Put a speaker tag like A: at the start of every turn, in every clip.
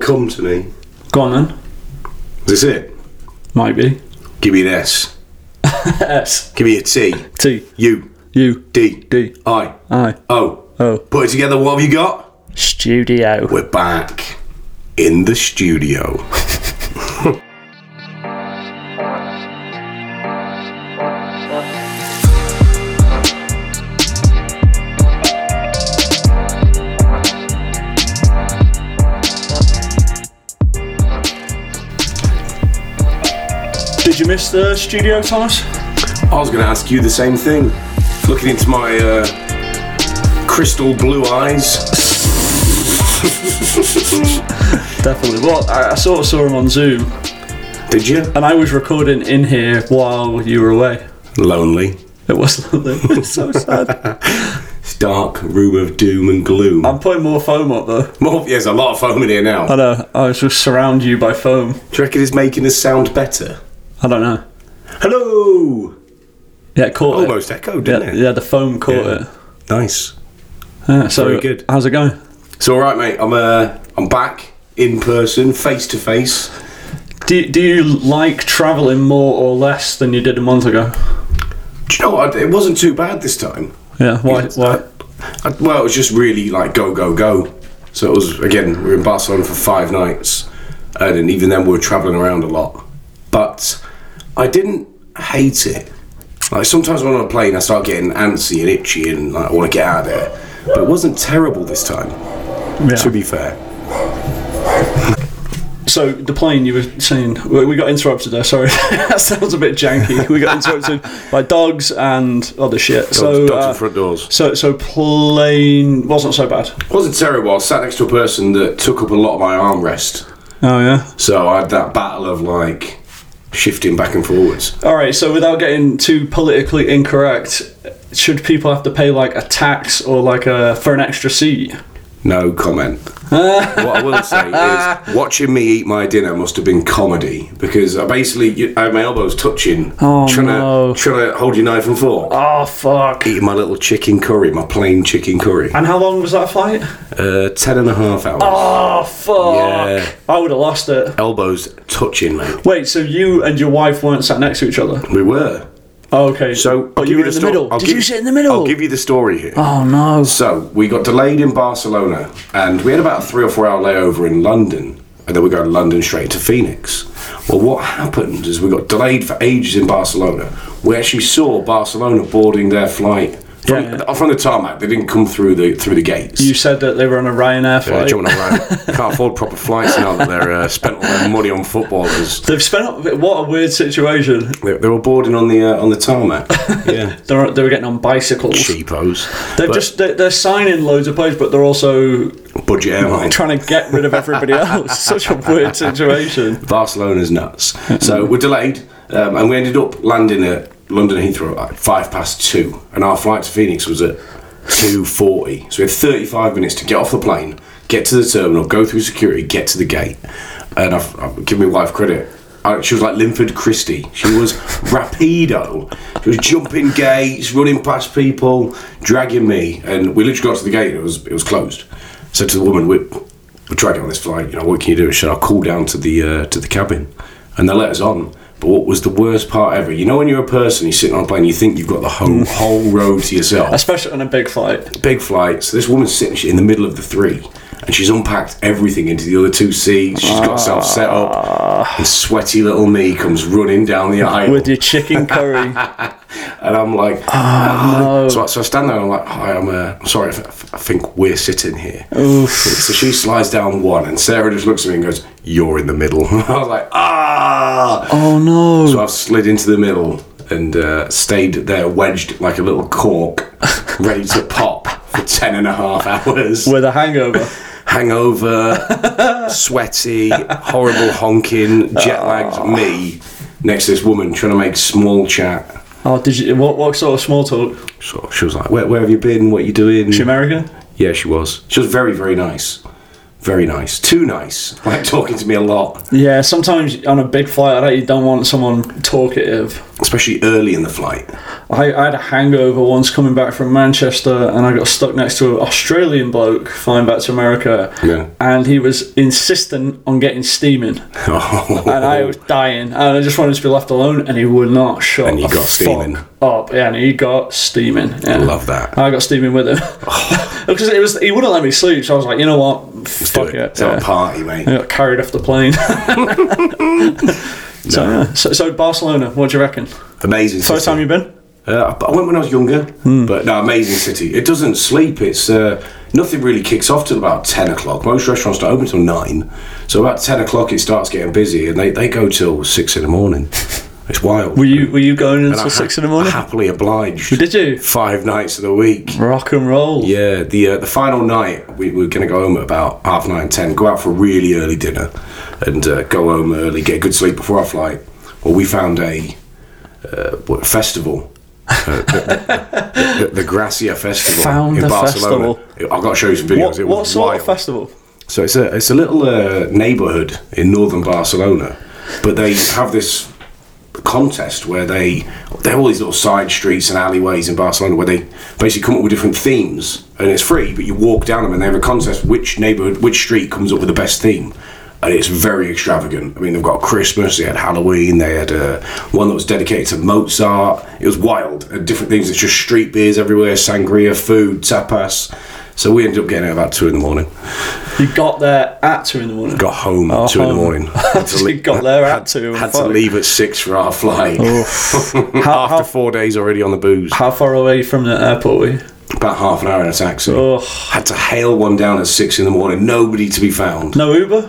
A: come to me.
B: Go on then.
A: Is this it?
B: Might be.
A: Give me an S.
B: S.
A: Give me a T.
B: T.
A: U.
B: U.
A: D.
B: D.
A: I.
B: I.
A: O.
B: O.
A: Put it together. What have you got?
B: Studio.
A: We're back in the studio.
B: Did you miss the studio, Thomas?
A: I was going to ask you the same thing. Looking into my uh, crystal blue eyes.
B: Definitely. Well, I, I sort of saw him on Zoom,
A: Did you?
B: and I was recording in here while you were away.
A: Lonely.
B: It was lovely. It's so sad.
A: Dark room of doom and gloom.
B: I'm putting more foam up though.
A: Well, there's a lot of foam in here now.
B: I know. I was just surround you by foam.
A: Do you reckon it's making us sound better?
B: I don't know.
A: Hello!
B: Yeah, it caught it.
A: Almost echoed, didn't
B: Yeah,
A: it?
B: yeah, the foam caught
A: Yeah.
B: it.
A: Nice.
B: Yeah, so
A: Very good.
B: How's it going?
A: So, all right, mate. I'm uh, I'm back in person, face to face.
B: Do, do you like travelling more or less than you did a month ago?
A: Do you know what? It wasn't too bad this time.
B: Yeah, why?
A: Yes.
B: why?
A: I, well, it was just really like go go go. So it was again. We were in Barcelona for five nights, and, then even then we were traveling around a lot. But I didn't hate it. Like sometimes when I'm on a plane, I start getting antsy and itchy, and like, I want to get out of there. But it wasn't terrible this time.
B: Yeah.
A: To be fair.
B: So the plane you were saying we we got interrupted there. Sorry, that sounds a bit janky. We got interrupted by dogs and other shit. so
A: dogs
B: uh,
A: and front doors.
B: So so plane wasn't so bad.
A: wasn't terrible. I was sat next to a person that took up a lot of my armrest.
B: Oh yeah.
A: So I had that battle of like shifting back and forwards.
B: All right. So without getting too politically incorrect, should people have to pay like a tax or like a for an extra seat?
A: No comment. what I will say is, watching me eat my dinner must have been comedy because I basically I had my elbows touching,
B: Oh,
A: trying
B: no.
A: to trying to hold your knife and fork.
B: Oh fuck.
A: Eating my little chicken curry, my plain chicken curry.
B: And how long was that flight?
A: Uh, ten and a half hours.
B: Oh fuck.
A: Yeah.
B: I would have lost it.
A: Elbows touching, mate.
B: Wait. So you and your wife weren't sat next to each other?
A: We were.
B: Oh, okay.
A: So, I'll give
B: you were
A: the
B: in the
A: sto-
B: middle.
A: I'll
B: Did
A: give-
B: you sit in the middle?
A: I'll give you the story here.
B: Oh no.
A: So we got delayed in Barcelona, and we had about a three or four hour layover in London, and then we go to London straight to Phoenix. Well, what happened is we got delayed for ages in Barcelona. We actually saw Barcelona boarding their flight from,
B: Yeah,
A: from the tarmac. They didn't come through the through the gates.
B: You said that they were on a
A: Uh,
B: Ryanair flight.
A: jumping around. Can't afford proper flights now that they're uh, spent all their money on footballers.
B: They've spent up, what a weird situation.
A: They, they were boarding on the uh, on the tarmac. Yeah,
B: They were, they were getting on bicycles.
A: cheapos.
B: They're
A: But
B: just they're, they're signing loads of plays, but they're also
A: budget airline.
B: trying to get rid of everybody else. Such a weird situation.
A: Barcelona's nuts. so we're delayed, um, and we ended up landing at London Heathrow at like five past two, and our flight to Phoenix was at two forty. So we had thirty-five minutes to get off the plane, get to the terminal, go through security, get to the gate. And I've, I've give my wife credit. I, she was like Linford Christie. She was rapido. She was jumping gates, running past people, dragging me, and we literally got to the gate. And it was it was closed. Said to the woman, "We're we tried to get on this flight. You know, what can you do? Should I call down to the uh, to the cabin? And they let us on. But what was the worst part ever? You know, when you're a person, you're sitting on a plane, you think you've got the whole whole row to yourself.
B: Especially on a big flight.
A: Big flight. So this woman's sitting in the middle of the three, and she's unpacked everything into the other two seats. She's got herself set up, and sweaty little me comes running down the aisle.
B: With your chicken curry.
A: And I'm like, ah. so, I- so I stand there and I'm like, hi, I'm, uh, I'm sorry, I, th- I think we're sitting here. So she slides down one, and Sarah just looks at me and goes, You're in the middle. I was like, Ah!
B: oh no.
A: So I've slid into the middle and uh, stayed there wedged like a little cork, ready to pop for 10 and a half hours.
B: With a hangover.
A: Hangover, sweaty, horrible honking, jet lagged me next to this woman trying to make small chat.
B: Oh, did you? What, what sort of small talk?
A: So she was like, where, where have you been? What are you doing?
B: She American?
A: yeah, she was. She was very, very nice. Very nice. Too nice. Like talking to me a lot.
B: Yeah, sometimes on a big flight, I don't- you don't want someone talkative.
A: especially early in the flight.
B: I, I had a hangover once coming back from Manchester, and I got stuck next to an Australian bloke flying back to America,
A: Yeah.
B: and he was insistent on getting steaming, and I was dying, and I just wanted to be left alone, and he would not shut.
A: Oh. And you
B: the
A: got
B: fuck
A: steaming.
B: Up, yeah, and he got steaming. Yeah.
A: love Oh. that.
B: I got steaming with him because it was he wouldn't let me sleep, so I was like, you know what, fuck
A: Do it.
B: it.
A: It's not
B: yeah.
A: a party, mate.
B: I got carried off the plane. so, yeah. so, so Barcelona, what do you reckon?
A: Amazing. city.
B: First time you've been?
A: Uh, I went when I was younger,
B: Hmm.
A: but no, amazing city. It doesn't sleep. It's uh, nothing really kicks off till about ten o'clock. Most restaurants don't open till nine, so about ten o'clock it starts getting busy, and they, they go till six in the morning. It's wild.
B: Were you were you going
A: And I
B: until
A: ha-
B: six in the morning?
A: Happily obliged.
B: Did you?
A: Five nights of the week.
B: Rock and roll.
A: Yeah, the uh, the final night we were going to go home at about half nine, ten. Go out for a really early dinner, and uh, go home early, get good sleep before our flight. Well, we found a uh, what, festival, uh, the, the, the, the Gracia Festival
B: Found
A: in
B: a
A: Barcelona. I've got to show you some videos.
B: What,
A: it was
B: what sort
A: wild.
B: of festival?
A: So it's a it's a little uh, neighborhood in northern Barcelona, but they have this contest where they they have all these little side streets and alleyways in Barcelona where they basically come up with different themes and it's free, but you walk down them and they have a contest which neighborhood which street comes up with the best theme. And it's very extravagant. I mean, they've got Christmas, they had Halloween, they had uh, one that was dedicated to Mozart. It was wild. And different things. It's just street beers everywhere, sangria, food, tapas. So we ended up getting out about two in the morning
B: You got there at two in the morning.
A: got home at two in the
B: home.
A: morning. Had to
B: So
A: le-
B: you Oh. got there at two.
A: had to
B: Fuck.
A: leave at six for our flight.
B: How,
A: After
B: how,
A: four days already on the booze,
B: how far away from the airport were you?
A: about half an hour in a taxi.
B: Oh,
A: Had to hail one down at six in the morning. Nobody to be found.
B: no Uber.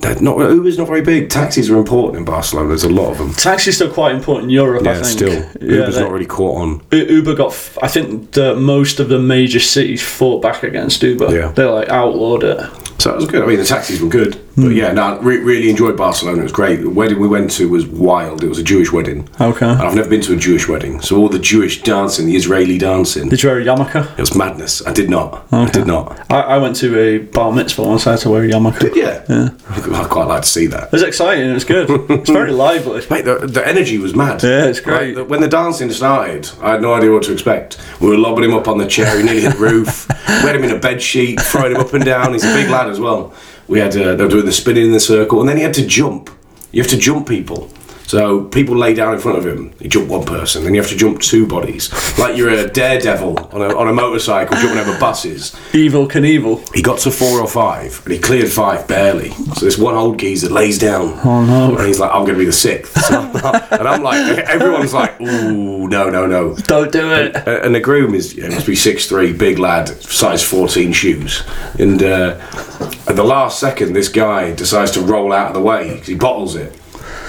A: That- Not Uber's not very big. Taxis are important in Barcelona. There's a lot of them.
B: Taxi's still quite important in Europe. I
A: Yeah,
B: think.
A: still
B: Yeah,
A: Uber's
B: they-
A: not really caught on.
B: U- Uber got. F- I think the, most of the major cities fought back against Uber.
A: Yeah.
B: They like outlawed it.
A: So it was good. I mean, the taxis were good,
B: Hmm.
A: but yeah, no, re- really enjoyed Barcelona. It was great. The wedding we went to was wild. It was a Jewish wedding.
B: Okay.
A: And I've never been to a Jewish wedding, so all the Jewish dancing, the Israeli dancing,
B: Did you wear a yarmulke?
A: it was madness. I did not. I did not.
B: I, I went to a bar mitzvah once. I had to wear a yarmulke. It
A: Yeah. I'd quite like to see that.
B: was exciting. It was good. it's very lively.
A: Mate, the, the energy was mad.
B: Yeah, it's great.
A: Like, when the dancing started, I had no idea what to expect. We were lobbing him up on the chair, he nearly hit the roof. We had him in a bed sheet, throwing him up and down. He's a big lad as well. We had uh, they were doing the spinning in the circle, and then he had to jump. You have to jump people. So people lay down in front of him. You jump one person, then you have to jump two bodies, like you're a daredevil on a, on a motorcycle jumping over buses.
B: Evil Knievel.
A: He got to four or five, and he cleared five barely. So this one old geezer lays down.
B: Oh, no.
A: And he's like, "I'm going to be the sixth. So I'm like- and I'm like, everyone's like, "Ooh, no, no, no."
B: Don't do it.
A: A- And the groom is you know, must be six three, big lad, size fourteen shoes. And uh, at the last second, this guy decides to roll out of the way 'cause he bottles it.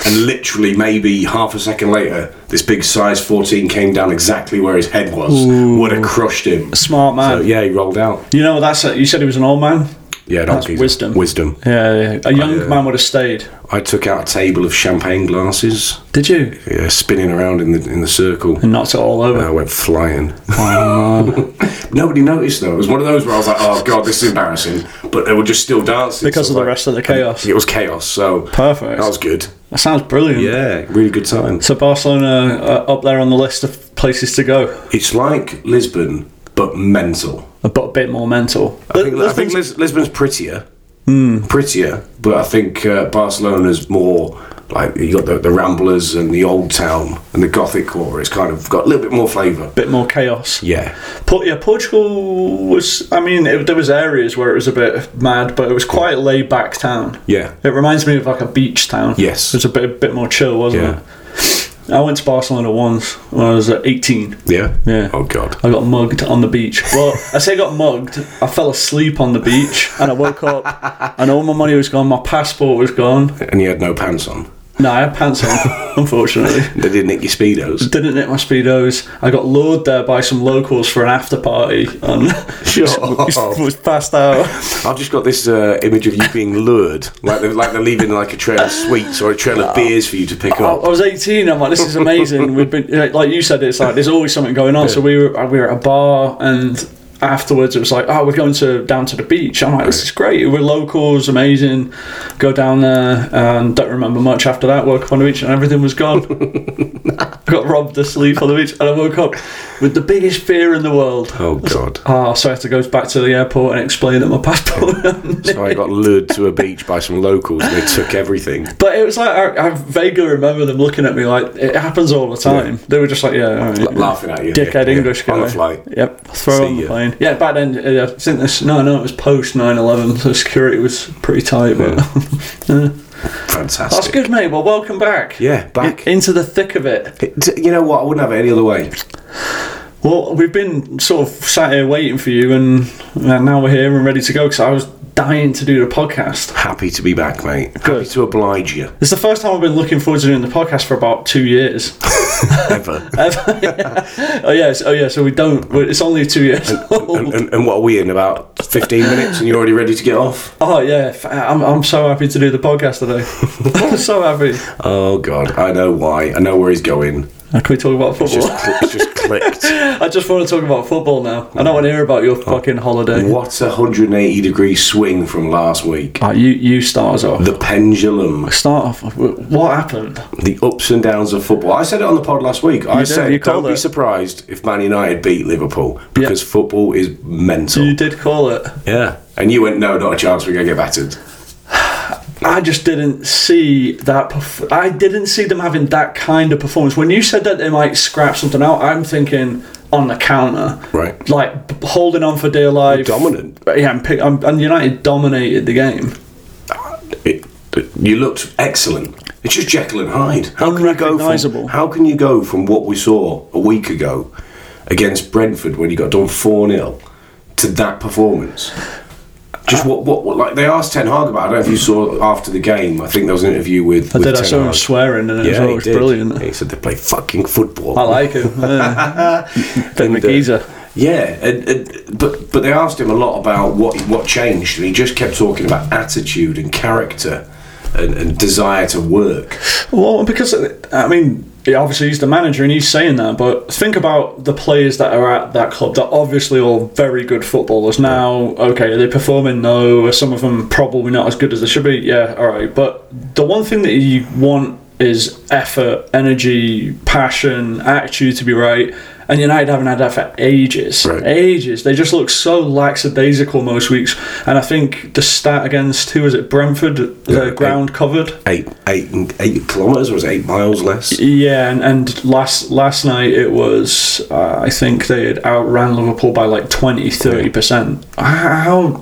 A: And literally, maybe half a second later, this big size 14 came down exactly where his head was. Would have crushed him.
B: Smart man.
A: So, yeah, he rolled out.
B: You know that's a, you said he was an old man.
A: Yeah,
B: That's
A: donkey.
B: wisdom.
A: Wisdom.
B: Yeah, yeah.
A: Oh,
B: a young man would have stayed.
A: I took out a table of champagne glasses,
B: Did you?
A: yeah, spinning around in the in the circle.
B: And knocked it all
A: And I
B: over.
A: went flying. Nobody noticed though. It was one of those where I was like, "Oh god, this is embarrassing," but they were just still dancing
B: Because
A: so
B: of the
A: like-
B: rest of the chaos.
A: It was chaos. So
B: Perfect.
A: That was good.
B: That sounds brilliant.
A: Yeah, really good time.
B: So Barcelona uh, up there on the list of places to go,
A: It's like Lisbon, but mental.
B: but a bit more mental.
A: I think, I think Lis- Lisbon's prettier,
B: Hmm.
A: prettier, but I think uh, Barcelona's more like you got the, the Ramblers and the Old Town and the Gothic core. It's kind of got a little bit more flavour.
B: bit more chaos.
A: Yeah,
B: Port, yeah, Portugal was. I mean, it, there was areas where it was a bit mad, but it was quite a laid back town.
A: yeah,
B: It reminds me of like a beach town.
A: Yes.
B: it was a bit a bit more chill, wasn't
A: Yeah.
B: it? I went to Barcelona once when I was uh, eighteen.
A: yeah,
B: Yeah.
A: Oh god,
B: I got mugged on the beach. Well, I say I got mugged. I fell asleep on the beach and I woke up and all my money was gone. My passport was gone.
A: and you had no pants on.
B: No, I had pants on, unfortunately.
A: They did nick your speedos.
B: Didn't hit my speedos. I got lured there by some locals for an after party and
A: up.
B: was passed out.
A: I've just got this uh, image of you being lured, like they're, like they're leaving like a trail of sweets or a trail of beers for you to pick
B: I,
A: up.
B: I was 18. I'm like, this is amazing. We've been like you said, it's like there's always something going on. So we were we were at a bar and afterwards, it was like, oh, we're going to down to the beach. I'm like, this is great. We're locals, amazing. Go down there and don't remember much after that. Woke up on the beach and everything was gone. I got robbed of sleep on the beach and I woke up with the biggest fear in the world.
A: Oh, God.
B: Oh, so I had to go back to the airport and explain that my passport.
A: So I got lured to a beach by some locals and they took everything.
B: but it was like I, I vaguely remember them looking at me like it happens all the time. They were just like, yeah, all right.
A: laughing at you.
B: dickhead
A: Yeah,
B: English
A: yeah.
B: guy.
A: On the flight.
B: Yep, throw
A: See
B: on the
A: ya.
B: plane. Yeah, back then, uh, I think this, no, no, it was post 9 11, so security was pretty tight, but that's
A: Fantastic.
B: good, mate. Well, welcome back.
A: Yeah, back.
B: I- Into the thick of it.
A: It- t- you know what? I wouldn't have it any other way.
B: Well, we've been sort of sat here waiting for you, and, and now we're here and ready to go because I was dying to do the podcast.
A: Happy to be back, mate. Happy
B: Good.
A: to oblige you.
B: It's the first time I've been looking forward to doing the podcast for about two years.
A: Ever.
B: oh, yes, oh, yeah, so we don't, we- it's only two years old.
A: and, and, and what are we in? About 15 minutes and you're already ready to get off?
B: Oh, yeah, f- I'm, I'm so happy to do the podcast today. I'm so happy.
A: Oh, God. I know why. I know where he's going.
B: Can we talk about football?
A: Just, cl- it's just clicked.
B: I just want to talk about football now. I don't want to hear about
A: Oh.
B: your fucking holiday.
A: What a 180 degree swing from last week.
B: Ah, you you start us off.
A: The pendulum,
B: Start off. with What happened?
A: the ups and downs of football. I said it on the pod last week. I
B: did,
A: said,
B: you
A: don't
B: called
A: be
B: it.
A: surprised if Man United beat Liverpool because football is mental.
B: You did call it.
A: Yeah. And you went, no, not a chance, we're going to get battered.
B: I just didn't see that. Perf- I didn't see them having that kind of performance. When you said that they might scrap something out, I'm thinking on the counter,
A: Right.
B: Like b- holding on for dear life.
A: Dominant.
B: Yeah, and, pick, um, and United dominated the game.
A: It, it- you looked excellent. It's just Jekyll and Hyde. How can, you go from,
B: Unrecognisable.
A: how can you go from what we saw a week ago against Brentford when you got done 4 0 to that performance? Just what, what, what, like they asked Ten Hag about. I don't know if you saw after the game. I think there was an interview with.
B: I
A: with
B: did. I
A: Ten
B: saw him
A: Hag.
B: swearing, and it
A: Yeah,
B: was,
A: he
B: it was
A: did.
B: brilliant.
A: He said they play fucking football.
B: I like him. Yeah. Bit of a
A: And, uh,
B: geezer.
A: Yeah, and, and, but but they asked him a lot about what what changed, and he just kept talking about attitude and character and, and desire to work.
B: Well, because I mean, yeah, obviously he's the manager and he's saying that, but think about the players that are at that club. They're obviously all very good footballers now. Okay, are they performing? No. Are some of them probably not as good as they should be? Yeah, all right. But the one thing that you want is effort, energy, passion, attitude to be right. And United haven't had that for ages.
A: Right.
B: Ages. They just look so lackadaisical most weeks. And I think the stat against who was it, Brentford,
A: Yeah,
B: the ground covered.
A: Eight eight eight kilometers, or was it eight miles less?
B: Yeah, and, and last last night it was uh, I think they had outran Liverpool by like 20 30 percent. How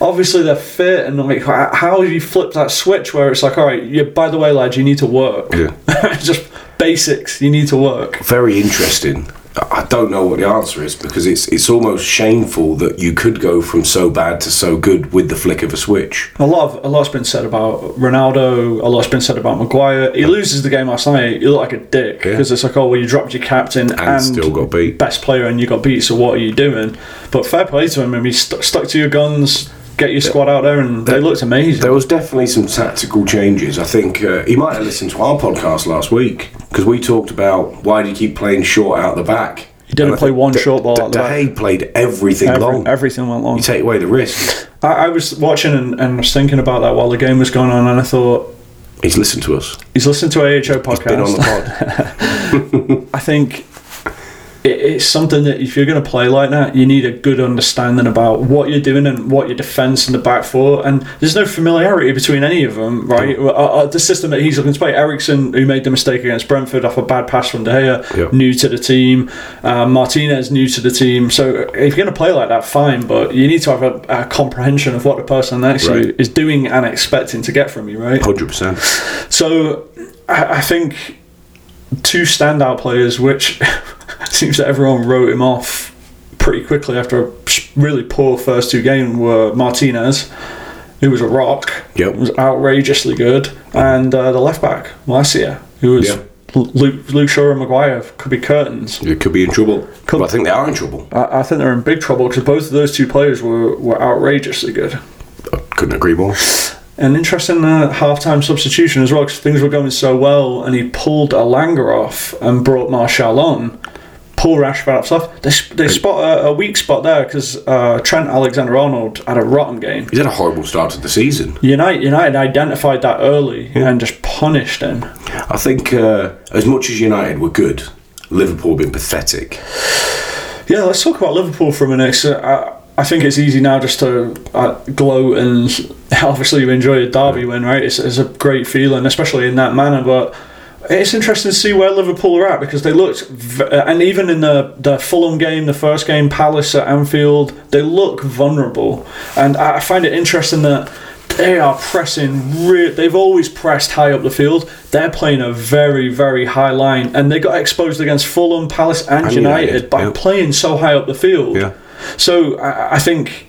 B: obviously they're fit and like how how you flip that switch where it's like all right, you, by the way, lad, you need to work.
A: Yeah.
B: Just basics. You need to work.
A: Very interesting. I I don't know what the answer is because it's it's almost shameful that you could go from so bad to so good with the flick of a switch.
B: A lot, of, a lot's been said about Ronaldo. A lot's been said about Maguire. He loses the game last night. You look like a dick
A: Yeah.
B: because it's like, oh well, you dropped your captain and,
A: still got beat.
B: best player, and you got beat. So what are you doing? But fair play to him. I mean, st- stuck to your guns. Get your squad out there, and they looked amazing.
A: There was definitely some tactical changes. I think uh, he might have listened to our podcast last week because we talked about why do you keep playing short out the back.
B: He didn't
A: And I
B: play
A: think
B: one
A: De-
B: short ball
A: De,
B: out
A: De
B: the back.
A: Gea played everything
B: Every-
A: long.
B: everything went long.
A: you take away the risk.
B: I, I was watching and, and was thinking about that while the game was going on, and I thought
A: He's listened to us.
B: he's listening to AHO podcast.
A: Been on the pod.
B: I think it, it's something that if you're going to play like that, you need a good understanding about what you're doing and what your defence and the back four. And there's no familiarity between any of them, right? Uh, uh, the system that he's looking to play, Ericsson, who made the mistake against Brentford off a bad pass from De Gea,
A: Yeah.
B: new to the team. Uh, Martinez, new to the team. So if you're going to play like that, fine, but you need to have a, a comprehension of what the person next to you
A: Right.
B: is doing and expecting to get from you, right?
A: Hundred percent.
B: So I, I think two standout players, which seems that everyone wrote him off pretty quickly after a really poor first two games, were Martinez, who was a rock,
A: Yep.
B: was outrageously good, and uh, the left back Malasia, who was
A: Yeah.
B: Lu- Luke, Luke Shaw and Maguire could be curtains.
A: You could be in trouble.
B: Could-
A: Well, I think they are in trouble.
B: I, I think they're in big trouble because both of those two players were, were outrageously good.
A: I couldn't agree more.
B: An interesting uh, halftime substitution as well because things were going so well, and he pulled Alanga off and brought Marshall on. pull Rashford off. They, sp- they spot a, a weak spot there because uh, Trent Alexander Arnold had a rotten game.
A: He's had a horrible start to the season.
B: United, United identified that early and just punished him.
A: I think uh, as much as United were good, Liverpool have been pathetic.
B: Yeah, let's talk about Liverpool for a minute. 'cause, uh, I, I think it's easy now just to uh, gloat and obviously you enjoy a derby win, right? It's, it's a great feeling, especially in that manner. But it's interesting to see where Liverpool are at because they looked, v- uh, and even in the the Fulham game, the first game, Palace at Anfield, they look vulnerable, and I I find it interesting that. They are pressing. Re- they've always pressed high up the field. They're playing a very, very high line, and they got exposed against Fulham, Palace, and,
A: And
B: United,
A: United,
B: by
A: yeah.
B: playing so high up the field.
A: Yeah.
B: So I, I think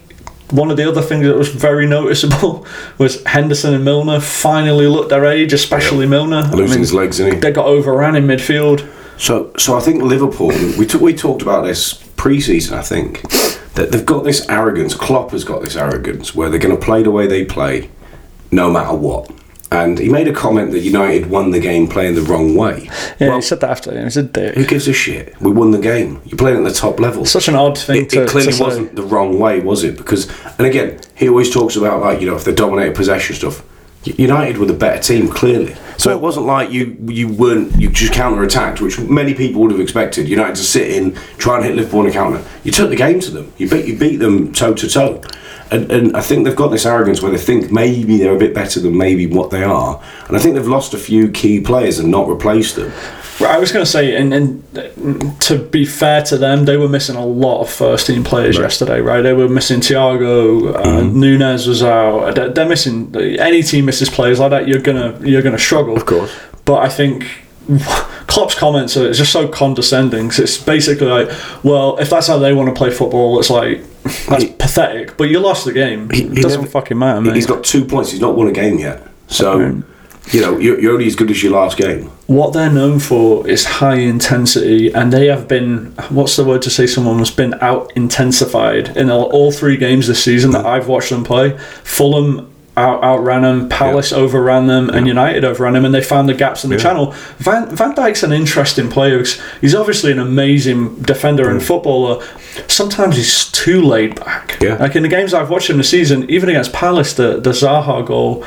B: one of the other things that was very noticeable was Henderson and Milner finally looked their age, especially Milner. I
A: Losing
B: mean,
A: his legs, isn't he?
B: they got overran in midfield.
A: So, so I think Liverpool. We t- we talked about this pre-season. I think that they've got this arrogance. Klopp has got this arrogance where they're going to play the way they play, no matter what. And he made a comment that United won the game playing the wrong way.
B: Yeah, he said that after him. He's a dick.
A: Who gives a shit? We won the game. You're playing at the top level.
B: Such an odd thing
A: it,
B: to,
A: it clearly
B: to say.
A: wasn't the wrong way, was it? Because, and again, he always talks about like you know if they dominated possession stuff. U- United were the better team, clearly. So it wasn't like you you weren't you just counter attacked, which many people would have expected. United to sit in, try and hit Liverpool on a counter. You took the game to them. You beat you beat them toe to toe. And, and I think they've got this arrogance where they think maybe they're a bit better than maybe what they are. And I think they've lost a few key players and not replaced them.
B: Right, I was going to say, and, and uh, to be fair to them, they were missing a lot of first team players yesterday, right? They were missing Thiago, uh,
A: Mm-hmm.
B: Nunes was out. They're, they're missing any team misses players like that. You're gonna you're gonna struggle, of
A: course.
B: But I think Klopp's comments are it's just so condescending. 'cause it's basically like, well, if that's how they want to play football, it's like that's pathetic. But you lost the game. it
A: he
B: doesn't
A: never-
B: fucking matter, mate.
A: He's got two points. He's not won a game yet. So,
B: Mm.
A: you know, you're, you're only as good as your last game.
B: what they're known for is high intensity, and they have been what's the word to say someone has been out intensified in all- all three games this season that I've watched them play. Fulham out, outran them, Palace overran them, and United overran them, and they found the gaps in the channel. Van, Van Dijk's an interesting player. 'cause He's obviously an amazing defender and footballer. Sometimes he's too laid back.
A: Yeah.
B: Like in the games I've watched him this season, even against Palace, the, the Zaha goal,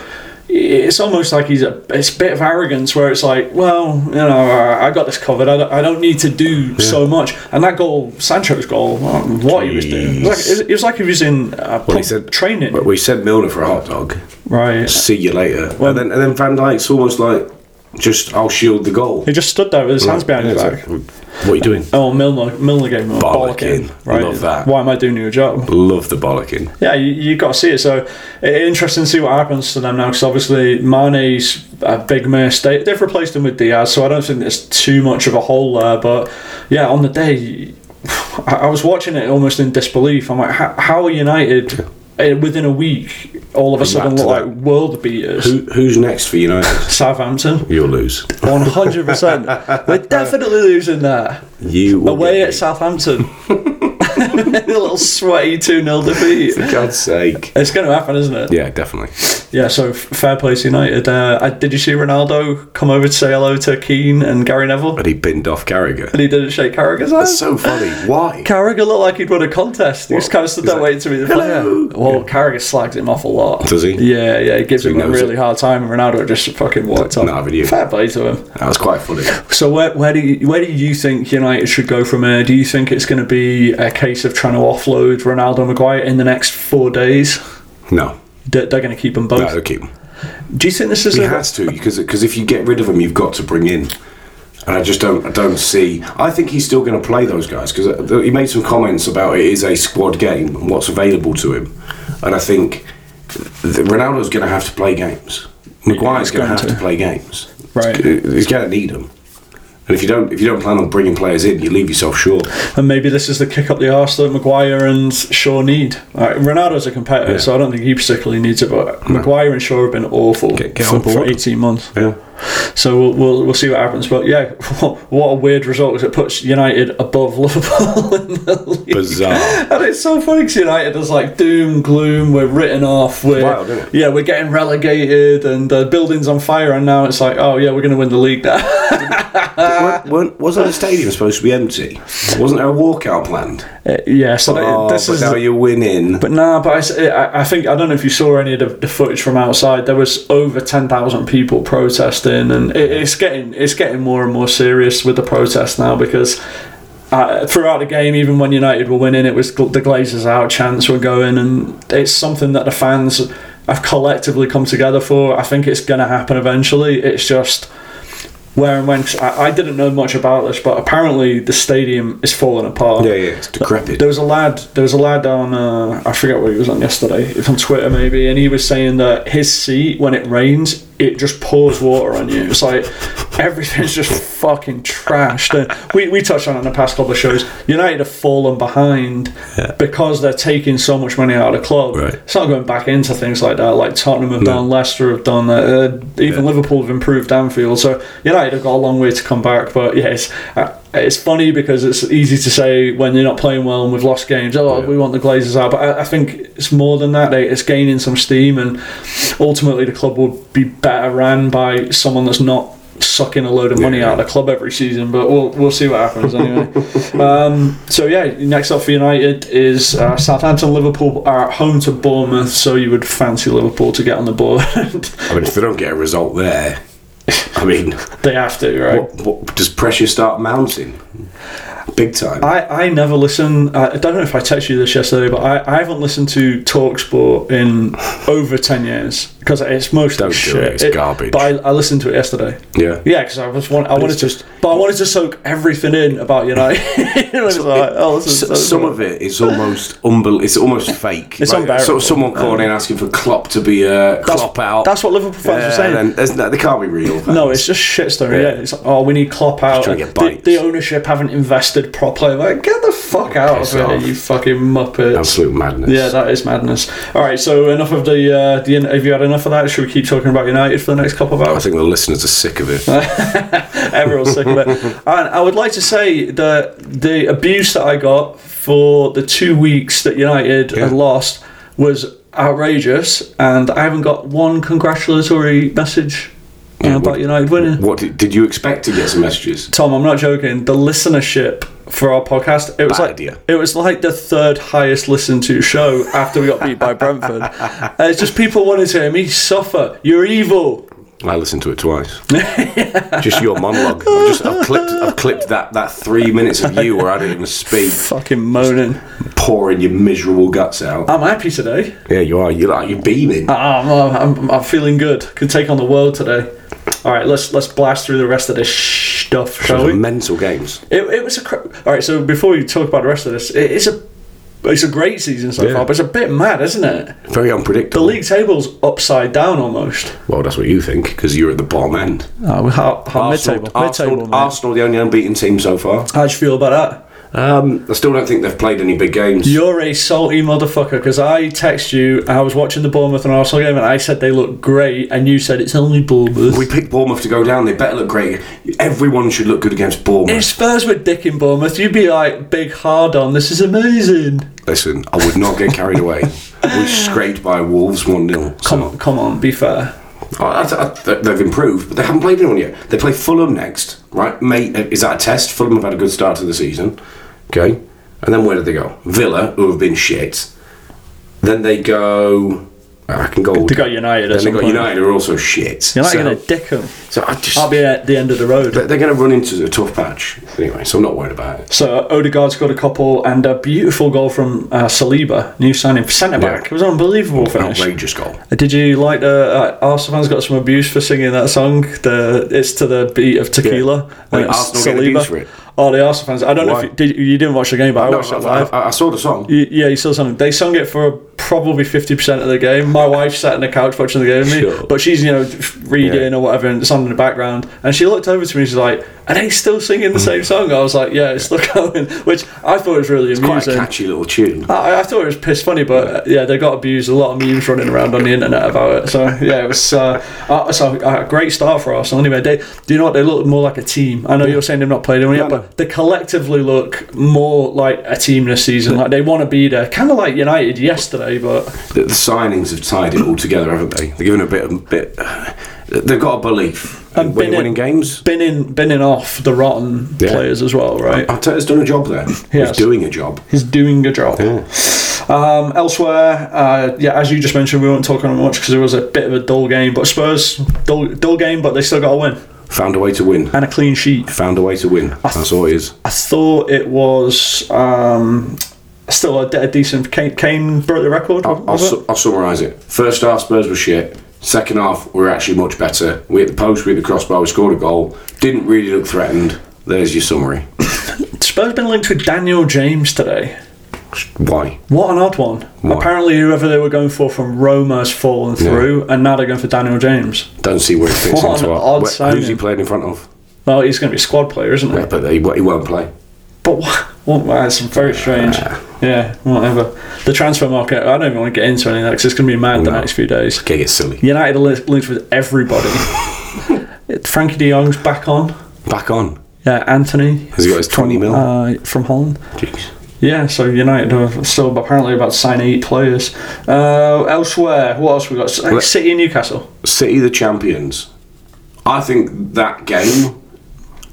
B: it's almost like he's a it's a bit of arrogance where it's like, well, you know, I, I got this covered. I don't, I don't need to do so much. And that goal, Sancho's goal, I don't know what he was doing? It was like, it was like he was in uh,
A: Well, he
B: pub
A: said-
B: training,
A: But we said Milner for a hot dog.
B: right?
A: See you later. and then and then Van Dijk's almost like just I'll shield the goal.
B: He just stood there with his hands behind his
A: Yeah,
B: back.
A: it's like, What are you doing?
B: Oh, Milner, Milner gave him a
A: Bollocking.
B: bollocking. Right?
A: Love that.
B: Why am I doing your job?
A: Love the bollocking.
B: Yeah, you, you got to see it. So i- interesting to see what happens to them now. Because obviously Mane's a big miss. They, they've replaced him with Diaz, so I don't think there's too much of a hole there. But yeah, on the day, I, I was watching it almost in disbelief. I'm like, how, how are United eh, within a week all of a sudden
A: back
B: look
A: to
B: like world beaters?
A: Who, who's next for United?
B: Southampton,
A: You'll lose.
B: one hundred percent. We're definitely losing that
A: You will
B: away
A: get
B: at Southampton. a little sweaty two 0 defeat.
A: beat. For God's sake.
B: It's going to happen, isn't it?
A: Yeah, definitely.
B: Yeah, so f- fair play to United. Uh, I, did you see Ronaldo come over to say hello to Keane and Gary Neville?
A: But he binned off Carragher.
B: And he didn't shake Carragher's hand.
A: That's so funny. Why?
B: Carragher looked like he'd won a contest. He was kind of stood
A: He's
B: there
A: like,
B: waiting to be the player.
A: "Hello."
B: Well, Carragher slags him off a lot.
A: Does he?
B: Yeah, yeah. He gives him a
A: knows
B: really
A: it.
B: hard time, and Ronaldo just fucking walked off.
A: Nah, but you-
B: Fair play to him.
A: That was quite funny.
B: So where, where do you, where do you think United should go from here? Do you think it's going to be a case of trying to offload Ronaldo and Maguire in the next four days?
A: No.
B: They're, they're going to keep them both.
A: No, they'll keep him.
B: Do you think this is
A: He
B: a,
A: has to because because if you get rid of him, you've got to bring in. And I just don't I don't see. I think he's still going to play those guys because he made some comments about it is a squad game and what's available to him, and I think th- Ronaldo's going to have to play games. Maguire's going to
B: going
A: have
B: to.
A: to play games.
B: Right.
A: he's going to need them. And if you don't if you don't plan on bringing players in, you leave yourself short.
B: And maybe this is the kick up the arse that Maguire and Shaw need. All right, Ronaldo's a competitor, so I don't think he particularly needs it, but Maguire and Shaw have been awful
A: Get- get
B: for,
A: on board.
B: for 18 months.
A: Yeah.
B: So we'll, we'll, we'll see what happens. But yeah, what a weird result because it puts United above Liverpool in the league.
A: Bizarre.
B: And it's so funny 'cause United is like doom, gloom, we're written off, we're,
A: wild, isn't it?
B: yeah, we're getting relegated and the building's on fire. And now it's like, oh yeah, we're going to win the league now.
A: weren't, weren't, wasn't the stadium supposed to be empty? Wasn't there a walkout planned?
B: Uh, yeah, so
A: Oh,
B: that, this
A: but
B: is.
A: now you're winning.
B: But nah, but I s- eh, I, I think I don't know if you saw any of the, the footage from outside. There was over ten thousand people protesting, and it, it's getting it's getting more and more serious with the protests now because uh, throughout the game, even when United were winning, it was gl- the Glazers out chants were going, and it's something that the fans have collectively come together for. I think it's going to happen eventually. It's just where and when. 'cause I, I didn't know much about this, but apparently the stadium is falling apart.
A: yeah, yeah, it's decrepit.
B: There was a lad. There was a lad on. Uh, I forget what he was on yesterday. It was on Twitter maybe, and he was saying that his seat when it rains, it just pours water on you. It's like everything's just fucking trashed. And we we touched on it in the past couple of shows. United have fallen behind because they're taking so much money out of the club.
A: Right.
B: It's not going back into things like that. Like Tottenham have done, Leicester have done, uh, even Liverpool have improved Anfield. So United have got a long way to come back. But yeah, it's, uh, it's funny because it's easy to say when you're not playing well and we've lost games, oh, we want the Glazers out. But I, I think it's more than that. They- It's gaining some steam, and ultimately the club would be better ran by someone that's not sucking a load of money out of the club every season. But we'll we'll see what happens anyway. Um, so yeah, next up for United is uh, Southampton. Liverpool are at home to Bournemouth, so you would fancy Liverpool to get on the board.
A: I mean, if they don't get a result there, I mean,
B: they have to, right?
A: what, what, does pressure start mounting? Big time.
B: I, I never listen. I I don't know if I texted you this yesterday, but I, I haven't listened to Talksport in over ten years because it's mostly
A: Don't do
B: shit.
A: it, it's garbage.
B: But I, I listened to it yesterday.
A: yeah.
B: Yeah, because I was want, I wanted
A: it's
B: to,
A: just-
B: but I wanted to soak everything in about United. It was like, oh, this is so
A: S- some
B: good.
A: of it is almost unbel- It's almost fake.
B: It's
A: So
B: unbearable.
A: someone calling in asking for Klopp to be a Klopp out.
B: That's what Liverpool fans
A: yeah,
B: were saying.
A: Then, there's no, they can't be real.
B: No, it's just shit story. Yeah,
A: Yeah.
B: it's like, oh, we need Klopp out.
A: trying to get
B: the,
A: bites.
B: the ownership haven't invested properly. Like, get the fuck out of
A: Piss
B: here,
A: off.
B: you fucking muppets.
A: absolute madness.
B: Yeah, that is madness. All right, so enough of the uh, the. Have you had enough of that? Should we keep talking about United for the next couple of
A: I
B: hours?
A: think the listeners are sick of it.
B: Everyone's sick of it. And I would like to say that the abuse that I got for the two weeks that United had lost was outrageous, and I haven't got one congratulatory message uh,
A: Yeah,
B: about
A: what-
B: United winning.
A: What did, did you expect to get some messages?
B: Tom, I'm not joking. The listenership for our podcast, it was
A: Bad
B: like
A: idea.
B: it was like the third highest listened to show after we got beat by Brentford. Uh, it's just people wanted to hear me suffer. You're evil.
A: I listened to it twice. Just your monologue. I've, just, I've clipped. I've clipped that, that three minutes of you where I didn't even speak,
B: Fucking moaning.
A: pouring your miserable guts out.
B: I'm happy today.
A: Yeah, you are. You're like you're beaming.
B: I'm, I'm, I'm feeling good. Could take on the world today. All right, let's let's blast through the rest of this stuff, shall we?
A: Mental games.
B: It, it was a cr- all right. So before you talk about the rest of this, it, it's a it's a great season so
A: Yeah.
B: far, but it's a bit mad, isn't it?
A: Very
B: The
A: unpredictable.
B: league table's upside down almost.
A: Well, that's what you think because you're at the bottom end.
B: Oh, we're half, half
A: Arsenal,
B: mid-table.
A: Arsenal,
B: mid-table, mate.
A: Arsenal, the only unbeaten team so far.
B: How do you feel about that?
A: Um, I still don't think they've played any big games.
B: You're a salty motherfucker because I text you. I was watching the Bournemouth and Arsenal game, and I said they look great, and you said it's only Bournemouth.
A: we picked Bournemouth to go down. They better look great. Everyone should look good against Bournemouth.
B: if Spurs were dicking Bournemouth, you'd be like big hard on. This is amazing.
A: Listen, I would not get carried away. We scraped by Wolves 1 0.
B: Come on, come on, be
A: I, I,
B: fair.
A: I, Oh, uh, th- they've improved, but they haven't played anyone yet. They play Fulham next, right? Mate, uh, is that a test? Fulham have had a good start to the season, okay. And then where do they go? Villa, who have been shit. Then they go. I can go.
B: They got United.
A: Then
B: At
A: they
B: some
A: got
B: point.
A: United, who are also shit.
B: You're not
A: so,
B: going to dick them.
A: so I just.
B: I'll be at the end of the road.
A: they're going to run into a tough patch anyway, so I'm not worried about it.
B: So Odegaard scored a couple and a beautiful goal from uh, Saliba, new signing for centre back. It was an unbelievable finish.
A: Outrageous goal.
B: Did you like the uh, Arsenal fans got some abuse for singing that song? The it's to the beat of Tequila.
A: Wait,
B: and it's
A: Arsenal get abuse for it?
B: Oh, the Arsenal fans. I don't know
A: Why?
B: if you, did, you didn't watch the game, but I
A: No,
B: watched it
A: I,
B: live.
A: I, I saw the song.
B: Y- yeah, you saw something. They sung it for probably 50% of the game. My wife sat on the couch watching the game with me,
A: Sure.
B: but she's, you know, reading
A: Yeah.
B: or whatever, and it's on in the background. And she looked over to me and she's like, Are they still singing the same song? I was like, Yeah, it's still going, which I thought was really amusing.
A: Quite a catchy little tune.
B: I, I thought it was piss funny, but uh, yeah, they got abused. A lot of memes running around on the internet about it. So yeah, it was uh, uh, so a great start for Arsenal. Anyway, they do you know what they look more like a team. I know you're saying they've not played anyone yet,
A: No, no.
B: but they collectively look more like a team this season. Like they want to be there, kind of like United yesterday. But
A: The, the signings have tied it all together, haven't they? They're given a bit, a bit. They've got a belief in
B: And
A: win,
B: Bennett-
A: winning games.
B: binning binning off the rotten
A: Yeah.
B: players as well, right?
A: Arteta's done a job there.
B: Yes.
A: He's doing a job.
B: He's doing a job.
A: Yeah.
B: Um, elsewhere, uh, yeah, as you just mentioned, we won't talk on it much because it was a bit of a dull game. But Spurs, dull, dull game, but they still got a win.
A: Found a way to win.
B: and a clean sheet.
A: Found a way to win. That's all it is.
B: I thought it was um, still a, de- a decent. Kane, Kane broke the record.
A: I'll, I'll,
B: was it?
A: su- I'll summarise it. First half, Spurs were shit. Second half, we were actually much better. We hit the post, we hit the crossbar, we scored a goal. Didn't really look threatened. There's your summary.
B: Spurs been linked with Daniel James today.
A: Why?
B: What an odd one.
A: Why?
B: Apparently, whoever they were going for from Roma's fallen through, and now they're going for Daniel James.
A: Don't see where it fits
B: What
A: into
B: an
A: our-
B: odd
A: where- Who's he
B: signing.
A: playing in front of?
B: Well, he's going to be a squad player, isn't he?
A: Yeah, but he, he won't play.
B: But wha- well, that's very strange. Yeah, whatever. The transfer market. I don't even want to get into any of that 'cause it's going to be mad the
A: No.
B: next few days.
A: Okay, it's silly.
B: United are li- linked with everybody. Frankie De Jong's back on.
A: Back on.
B: Yeah, Anthony.
A: Has he got his 20 mil?
B: Uh, from Holland.
A: Jeez.
B: Yeah, so United are still apparently about to sign eight players. Uh, elsewhere, what else we got? Uh,
A: Let-
B: City and Newcastle.
A: City the champions. I think that game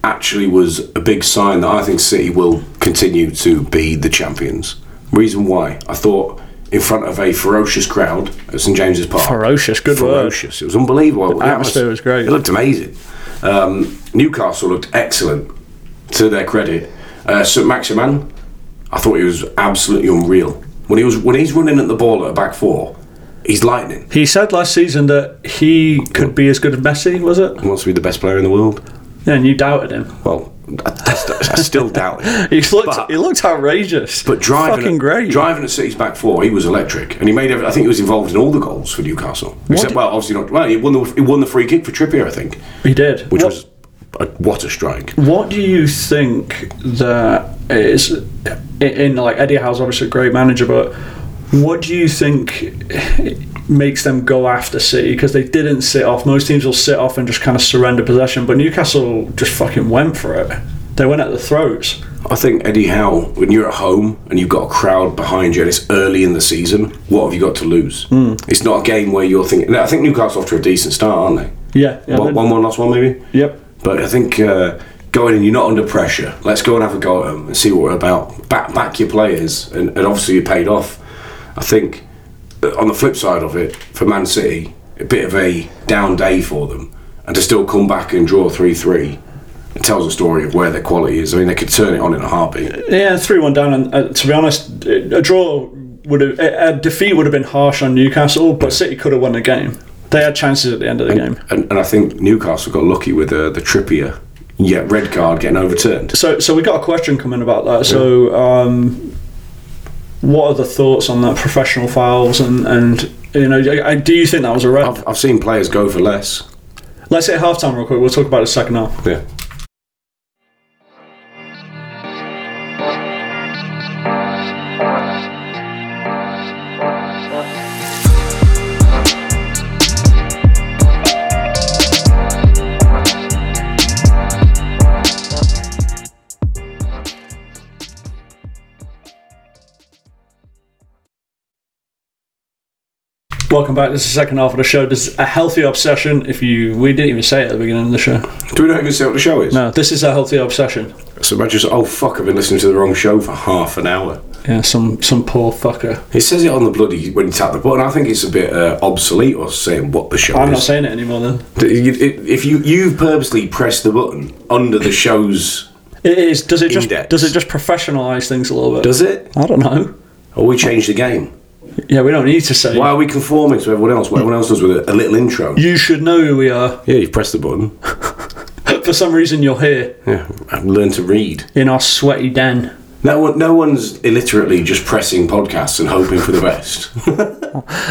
A: actually was a big sign that I think City will continue to be the champions. Reason why? I thought in front of a ferocious crowd at St James's Park.
B: Ferocious, good word.
A: ferocious. It was unbelievable. The
B: atmosphere was great.
A: It looked amazing. Um, Newcastle looked excellent to their credit. Uh, St Maximan, I thought he was absolutely unreal. When he was when he's running at the ball at a back four, he's lightning.
B: He said last season that he could be as good as Messi, was it?
A: He wants to be the best player in the world.
B: Yeah, and you doubted him.
A: Well, I, I st- I still doubt it.
B: He looked,
A: But-
B: he looked outrageous.
A: But driving,
B: fucking
A: at,
B: great.
A: driving at City's back four, he was electric, and he made. Every, I think he was involved in all the goals for Newcastle. Except,
B: did-
A: well, obviously not. Well, he won the he won the free kick for Trippier, I think,
B: he did.
A: which
B: What-
A: was a, what a strike.
B: What do you think that is in like Eddie Howe's obviously a great manager, but what do you think makes them go after City because they didn't sit off? Most teams will sit off and just kind of surrender possession, but Newcastle just fucking went for it. They went at the throats.
A: I think Eddie Howe, when you're at home and you've got a crowd behind you and it's early in the season, what have you got to lose?
B: Hmm.
A: It's not a game where you're thinking. no, I think Newcastle off to a decent start, aren't they?
B: Yeah. yeah
A: One,
B: they-
A: one, one last one, maybe.
B: Yep.
A: But I think uh, going in, you're not under pressure. Let's go and have a go at them and see what we're about. Back, back your players, and, and obviously you paid off. I think uh, on the flip side of it, for Man City, a bit of a down day for them, and to still come back and draw three three. It tells a story of where their quality is. I mean, they could turn it on in a heartbeat.
B: Yeah, three one down, and uh, to be honest, a draw would have a, a defeat would have been harsh on Newcastle, but City could have won the game. They had chances at the end of the game.
A: And, and I think Newcastle got lucky with uh, the Trippier, yeah, red card getting overturned.
B: So, so we got a question coming about that. So, um, what are the thoughts on that professional fouls and and you know, I, I, do you think that was a red?
A: I've, I've seen players go for less.
B: Let's hit halftime real quick. We'll talk about it second half.
A: Yeah.
B: Welcome back. This is the second half of the show. This is a healthy obsession. If you, we didn't even say it at the beginning of the show.
A: Do we not even see what the show is?
B: No, this is a healthy obsession.
A: So imagine, oh fuck, I've been listening to the wrong show for half an hour.
B: Yeah, some some poor fucker.
A: It says it on the bloody when you tap the button. I think it's a bit uh, obsolete or saying what the show
B: I'm not
A: is.
B: saying it anymore. Then
A: It- it- if you you've purposely pressed the button under the show's,
B: it is. Does it just
A: Index.
B: does it just professionalize things a little bit?
A: does it?
B: I don't know.
A: Or we change the game?
B: Yeah, we don't need to say.
A: Why are we conforming to everyone else? What everyone else does with a, a little intro?
B: You should know who we are.
A: Yeah, you've pressed the button.
B: For some reason, you're here
A: Yeah, I've learned to read.
B: in our sweaty den.
A: No one, no one's illiterately just pressing podcasts and hoping for the best.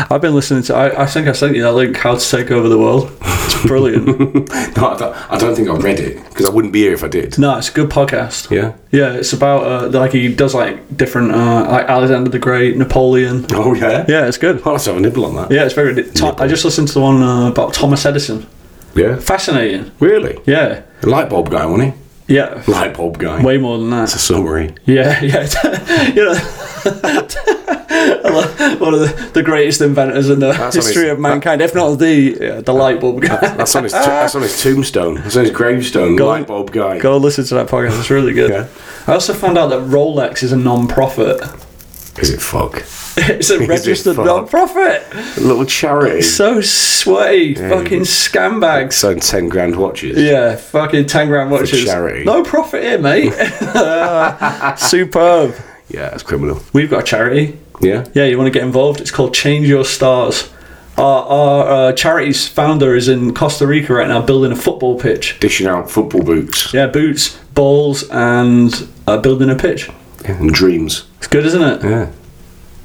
B: I've been listening to. I, I think I sent you that link. How to take over the world. It's brilliant.
A: no, I don't, I don't think I read it because I wouldn't be here if I did.
B: no, it's a good podcast.
A: Yeah.
B: Yeah, it's about uh, like he does like different uh, like Alexander the Great, Napoleon.
A: Oh yeah.
B: Yeah, it's good.
A: I'll have to have a nibble on that.
B: Yeah, it's very. To- I just listened to the one uh, about Thomas Edison.
A: Yeah.
B: Fascinating.
A: Really?
B: Yeah,
A: A light bulb guy, wasn't
B: yeah.
A: he? Light bulb guy.
B: Way more than that.
A: It's a summary.
B: Yeah, yeah. you know, I love- one of the, the greatest inventors in the
A: That's
B: history
A: amazing.
B: of mankind, if not the yeah, the light bulb guy.
A: That's on his. that's on his tombstone. That's on his gravestone. light bulb guy.
B: Go listen to that podcast; it's really good.
A: Yeah.
B: I also found out that Rolex is a non-profit.
A: Is it fuck?
B: It's a registered
A: fuck?
B: non-profit.
A: A little charity.
B: So sweaty, fucking scambags.
A: Selling ten grand watches.
B: Yeah, fucking ten grand watches.
A: charity.
B: No profit here, mate. Superb.
A: Yeah, it's criminal.
B: We've got a charity.
A: Yeah.
B: Yeah, you want to get involved? It's called Change Your Stars. Our, our uh, charity's founder is in Costa Rica right now building a football pitch.
A: Dishing out football boots
B: Yeah, boots, balls, and uh, building a pitch.
A: and dreams.
B: It's good, isn't it?
A: Yeah.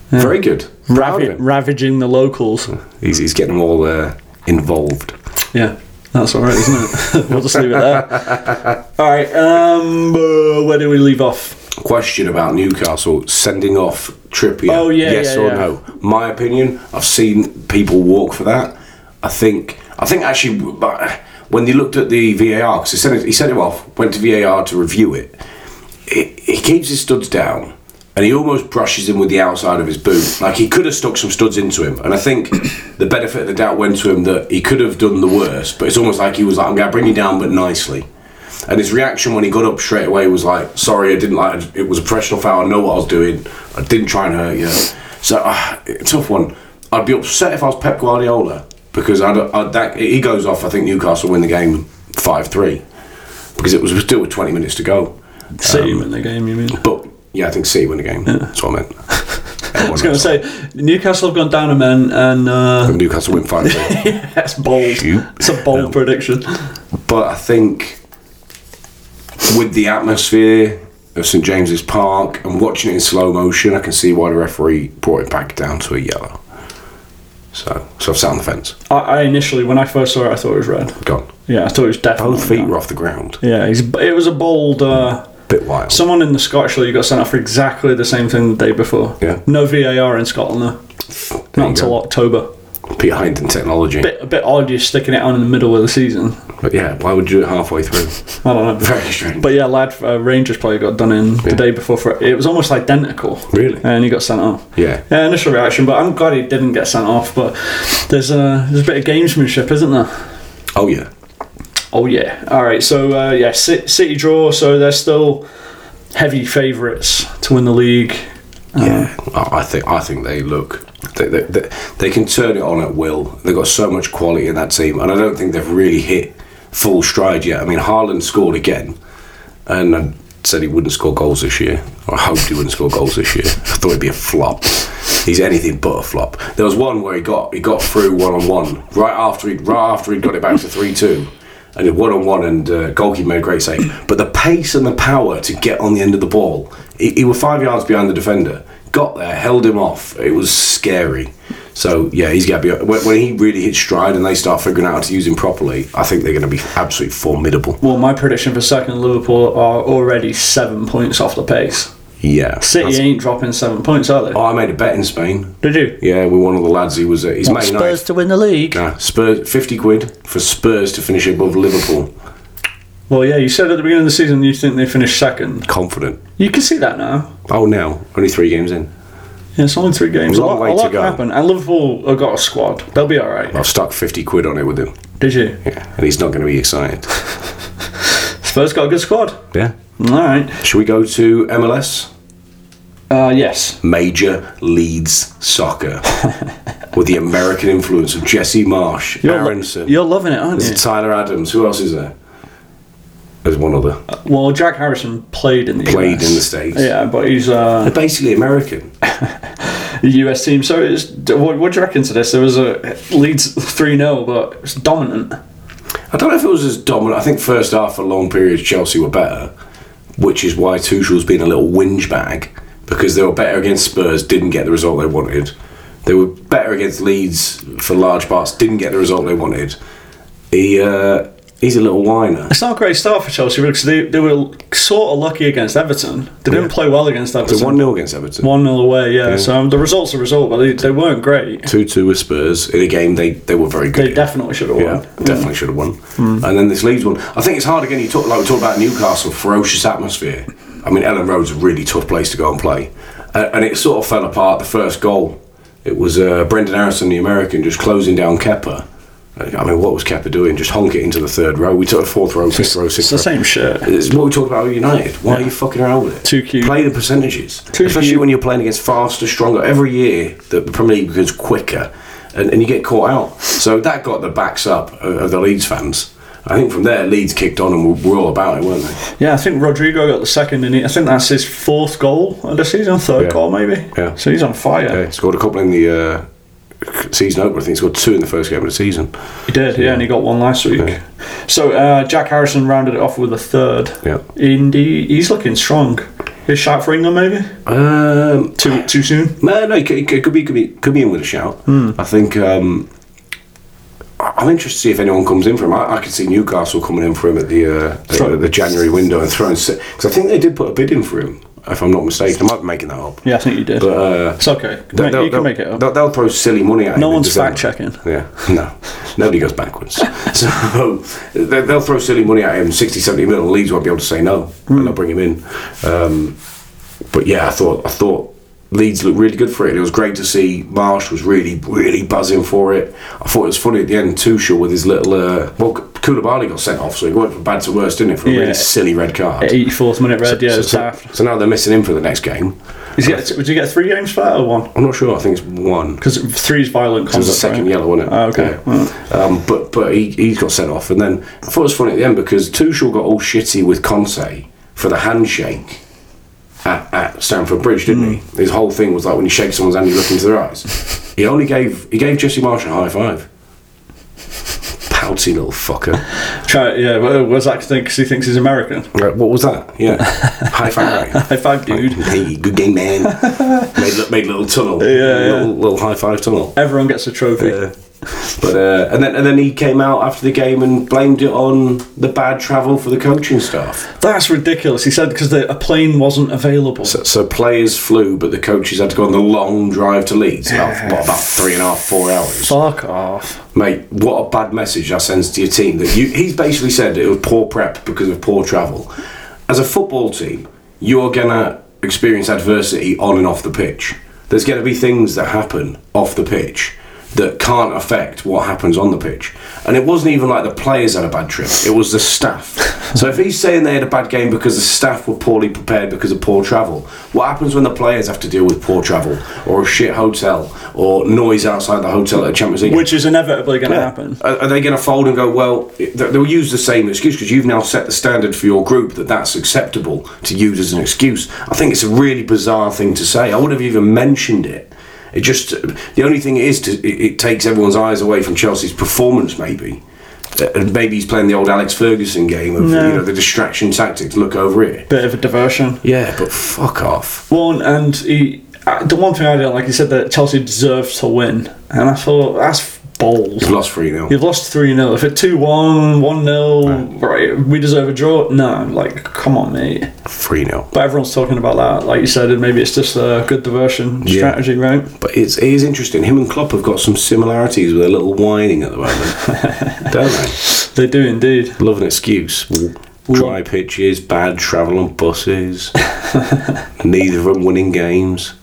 A: Very good. Proud
B: Ravi-
A: of him.
B: ravaging the locals.
A: He's, he's getting them all uh, involved.
B: Yeah, that's all right, isn't it? we'll just leave it there. All right, um, uh, where do we leave off?
A: Question about Newcastle sending off Trippier.
B: Oh, yeah,
A: Yes
B: yeah,
A: or
B: yeah.
A: no? My opinion. I've seen people walk for that. I think. I think actually, but when they looked at the VAR, because he sent it, he sent him off, went to VAR to review it. He, he keeps his studs down, and he almost brushes him with the outside of his boot. Like he could have stuck some studs into him, and I think the benefit of the doubt went to him that he could have done the worst. But it's almost like he was like, "I'm going to bring you down, but nicely." And his reaction when he got up straight away was like, "Sorry, I didn't like. It was a professional foul. I know what I was doing. I didn't try and hurt you." So uh, tough one. I'd be upset if I was Pep Guardiola because I'd, I'd that he goes off. I think Newcastle win the game five three because it was still with twenty minutes to go.
B: City win the game, you mean?
A: But yeah, I think City win the game. That's what I meant. I
B: I was going to say Newcastle have gone down a man, and uh,
A: Newcastle win five three.
B: that's bold.
A: Shoot.
B: It's a bold prediction.
A: but I think with the atmosphere of St James's Park and watching it in slow motion, I can see why the referee brought it back down to a yellow. So, so I've sat on the fence.
B: I, I initially, when I first saw it, I thought it was red.
A: Gone.
B: Yeah, I thought it was definitely.
A: Both feet
B: red.
A: were off the ground.
B: Yeah, he's, it was a bold. Uh,
A: Bit wild.
B: someone in the Scottish league got sent off for exactly the same thing the day before.
A: Yeah.
B: No VAR in Scotland though.
A: There
B: Not
A: you
B: until
A: go.
B: October.
A: behind in technology.
B: Bit a bit odd you're sticking it on in the middle of the season.
A: But yeah, why would you do it halfway through?
B: I don't know.
A: Very strange.
B: But yeah, lad, uh, Rangers player got done in the day before for it was almost identical.
A: Really?
B: And he got sent off.
A: Yeah.
B: Yeah, initial reaction, but I'm glad he didn't get sent off. But there's a there's a bit of gamesmanship, isn't there?
A: Oh yeah.
B: Oh yeah. All right. So uh, yeah, Ci- City draw. So they're still heavy favourites to win the league.
A: Yeah, I I think I think they look they, they, they, they can turn it on at will. They've got so much quality in that team, and I don't think they've really hit full stride yet. I mean, Haaland scored again, and I said he wouldn't score goals this year. Or I hoped he wouldn't score goals this year. I thought he'd be a flop. He's anything but a flop. There was one where he got he got through one on one right after he right after he got it back to three two. And one on one, and uh, goalkeeper made a great save. But the pace and the power to get on the end of the ball, he, he was five yards behind the defender, got there, held him off. It was scary. So yeah, he's gonna be when, when he really hits stride and they start figuring out how to use him properly. I think they're gonna be absolutely formidable.
B: Well, my prediction for second Liverpool are already seven points off the pace.
A: Yeah,
B: City ain't dropping seven points, are they?
A: Oh, I made a bet in Spain.
B: Did you?
A: Yeah, with one of the lads who was uh, at his mate
B: Spurs
A: night.
B: to win the league.
A: Nah, Spurs, 50 quid for Spurs to finish above Liverpool.
B: Well, yeah, you said at the beginning of the season you think they finished second.
A: Confident.
B: You can see that now.
A: Oh, now. Only three games in.
B: Yeah, it's only three games.
A: A long way to
B: can
A: go.
B: happen. And Liverpool have got a squad. They'll be all right.
A: I've stuck 50 quid on it with him.
B: Did you?
A: Yeah, and he's not going to be excited.
B: Spurs got a good squad.
A: Yeah.
B: All right.
A: Should we go to MLS?
B: Uh, yes.
A: Major Leeds Soccer. with the American influence of Jesse Marsh,
B: You're, lo-
A: Aronson,
B: you're loving it, aren't
A: there's
B: you?
A: Tyler Adams. Who else is there? There's one other.
B: well, Jack Harrison played in the
A: Played
B: US.
A: in the States.
B: Yeah, but he's uh,
A: They're basically American.
B: the US team. So, it's, what, what do you reckon to this? There was a Leeds 3 0, but it was dominant.
A: I don't know if it was as dominant. I think first half for long periods Chelsea were better, which is why Tuchel's been a little whinge bag because they were better against Spurs, didn't get the result they wanted. They were better against Leeds for large parts, didn't get the result they wanted. He uh, he's a little whiner.
B: It's not a great start for Chelsea because they, they were sort of lucky against Everton. They didn't play well against
A: It's
B: Everton.
A: a one 0 against Everton.
B: One nil away, yeah.
A: Mm.
B: So the results are result, but they, they weren't great.
A: two two with Spurs in a game they, they were very good.
B: They
A: in.
B: definitely should have won.
A: yeah, definitely should have won. And then this Leeds one. I think it's hard again. You talk like we talked about Newcastle, ferocious atmosphere. I mean, Ellen Road's a really tough place to go and play, uh, and it sort of fell apart. The first goal, it was uh, Brendan Harrison, the American, just closing down Kepper. I mean, what was Kepper doing? Just honk it into the third row. We took the fourth row, fifth row,
B: It's
A: sixth
B: the
A: row.
B: same shit.
A: It's what we talked about with United. Why are you fucking around with it?
B: Too cute.
A: Play the percentages.
B: Too
A: Especially
B: cute.
A: when you're playing against faster, stronger. Every year, the Premier League becomes quicker and, and you get caught out. So that got the backs up of, of the Leeds fans. I think from there, Leeds kicked on and were, were all about it, weren't they?
B: Yeah, I think Rodrigo got the second, and he, I think that's his fourth goal of the season, third
A: Yeah.
B: goal maybe.
A: Yeah.
B: So he's on fire.
A: Yeah, scored a couple in the uh, season opener. I think he scored two in the first game of the season.
B: He did, yeah, and he got one last week. So uh, Jack Harrison rounded it off with a third.
A: Yeah.
B: And he, he's looking strong. His shot for England maybe
A: Um,
B: too too soon.
A: No, no, it could, it could be could be could be in with a shout. I think um, I- I'm interested to see if anyone comes in for him. I, I could see Newcastle coming in for him at the uh,
B: Throw-
A: the, the January window and throwing because I think they did put a bid in for him. If I'm not mistaken, I might be making that up.
B: Yeah, I think he did.
A: But uh,
B: it's okay.
A: they'll-
B: Mate,
A: they'll-
B: you
A: they'll-
B: can make it up.
A: They'll, they'll throw silly money at
B: No
A: him in
B: one's
A: December.
B: fact checking.
A: Yeah, no. Nobody goes backwards. so they- they'll throw silly money at him, 60, 70 mil, and Leeds won't be able to say no,
B: Mm.
A: and they'll bring him in. Um, but yeah, I thought I thought Leeds looked really good for it. It was great to see Marsh was really, really buzzing for it. I thought it was funny at the end, Tuchel with his little. Uh, well, Koulibaly got sent off, so he went from bad to worse, didn't it? For a
B: Yeah.
A: really silly red card.
B: Eighty fourth minute red, yeah,
A: so,
B: it's
A: so,
B: daft.
A: so now they're missing him for the next game.
B: Is he get, would you get three games for that or one?
A: I'm not sure, I think it's one.
B: Because three's
A: It
B: violent
A: was
B: conduct.
A: the second
B: right?
A: yellow, wasn't it?
B: Oh, okay.
A: Yeah. Um, but but he, he got sent off, and then I thought it was funny at the end because Tuchel got all shitty with Conte for the handshake at, at Stamford Bridge, didn't
B: Hmm.
A: he? His whole thing was like when you shake someone's hand, you look into their eyes. he only gave he gave Jesse Marsh a high five. Pouty little fucker.
B: Try, yeah, well, was that because he thinks he's American?
A: Right, what was that? Yeah, high five. Right?
B: High five, dude.
A: Hey, good game, man. made, li- made a little tunnel.
B: yeah.
A: Little, little high five tunnel.
B: Everyone gets a trophy.
A: Yeah. But uh, and then and then he came out after the game and blamed it on the bad travel for the coaching staff.
B: That's ridiculous. He said because a plane wasn't available.
A: So, so players flew, but the coaches had to go on the long drive to Leeds, about, what, about three and a half, four hours.
B: Fuck off.
A: Mate, what a bad message that sends to your team. That you, he's basically said it was poor prep because of poor travel. As a football team, you're gonna experience adversity on and off the pitch. There's gonna be things that happen off the pitch that can't affect what happens on the pitch. And it wasn't even like the players had a bad trip; it was the staff. so if he's saying they had a bad game because the staff were poorly prepared because of poor travel, what happens when the players have to deal with poor travel or a shit hotel or noise outside the hotel at a Champions League?
B: Which is inevitably going to happen.
A: Are, are they going to fold and go, well, th- they'll use the same excuse because you've now set the standard for your group that that's acceptable to use as an excuse? I think it's a really bizarre thing to say. I would have even mentioned it. It just, the only thing it is, to, it, it takes everyone's eyes away from Chelsea's performance, maybe. Uh, And maybe he's playing the old Alex Ferguson game of you know the distraction tactics. Look over here.
B: Bit of a diversion.
A: Yeah, but fuck off.
B: One and he, uh, the one thing I didn't like, he said that Chelsea deserved to win, and I thought that's bold.
A: You've lost three 0
B: You've lost three 0 If it's two one, one 0 right? We deserve a draw. No, like come on, mate.
A: Three 0
B: But everyone's talking about that. Like you said, and maybe it's just a good diversion strategy, right?
A: But it's, it is interesting. Him and Klopp have got some similarities with a little whining at the moment, don't they?
B: They do indeed.
A: Love an excuse. Dry pitches, bad travel on buses. Neither of them winning games.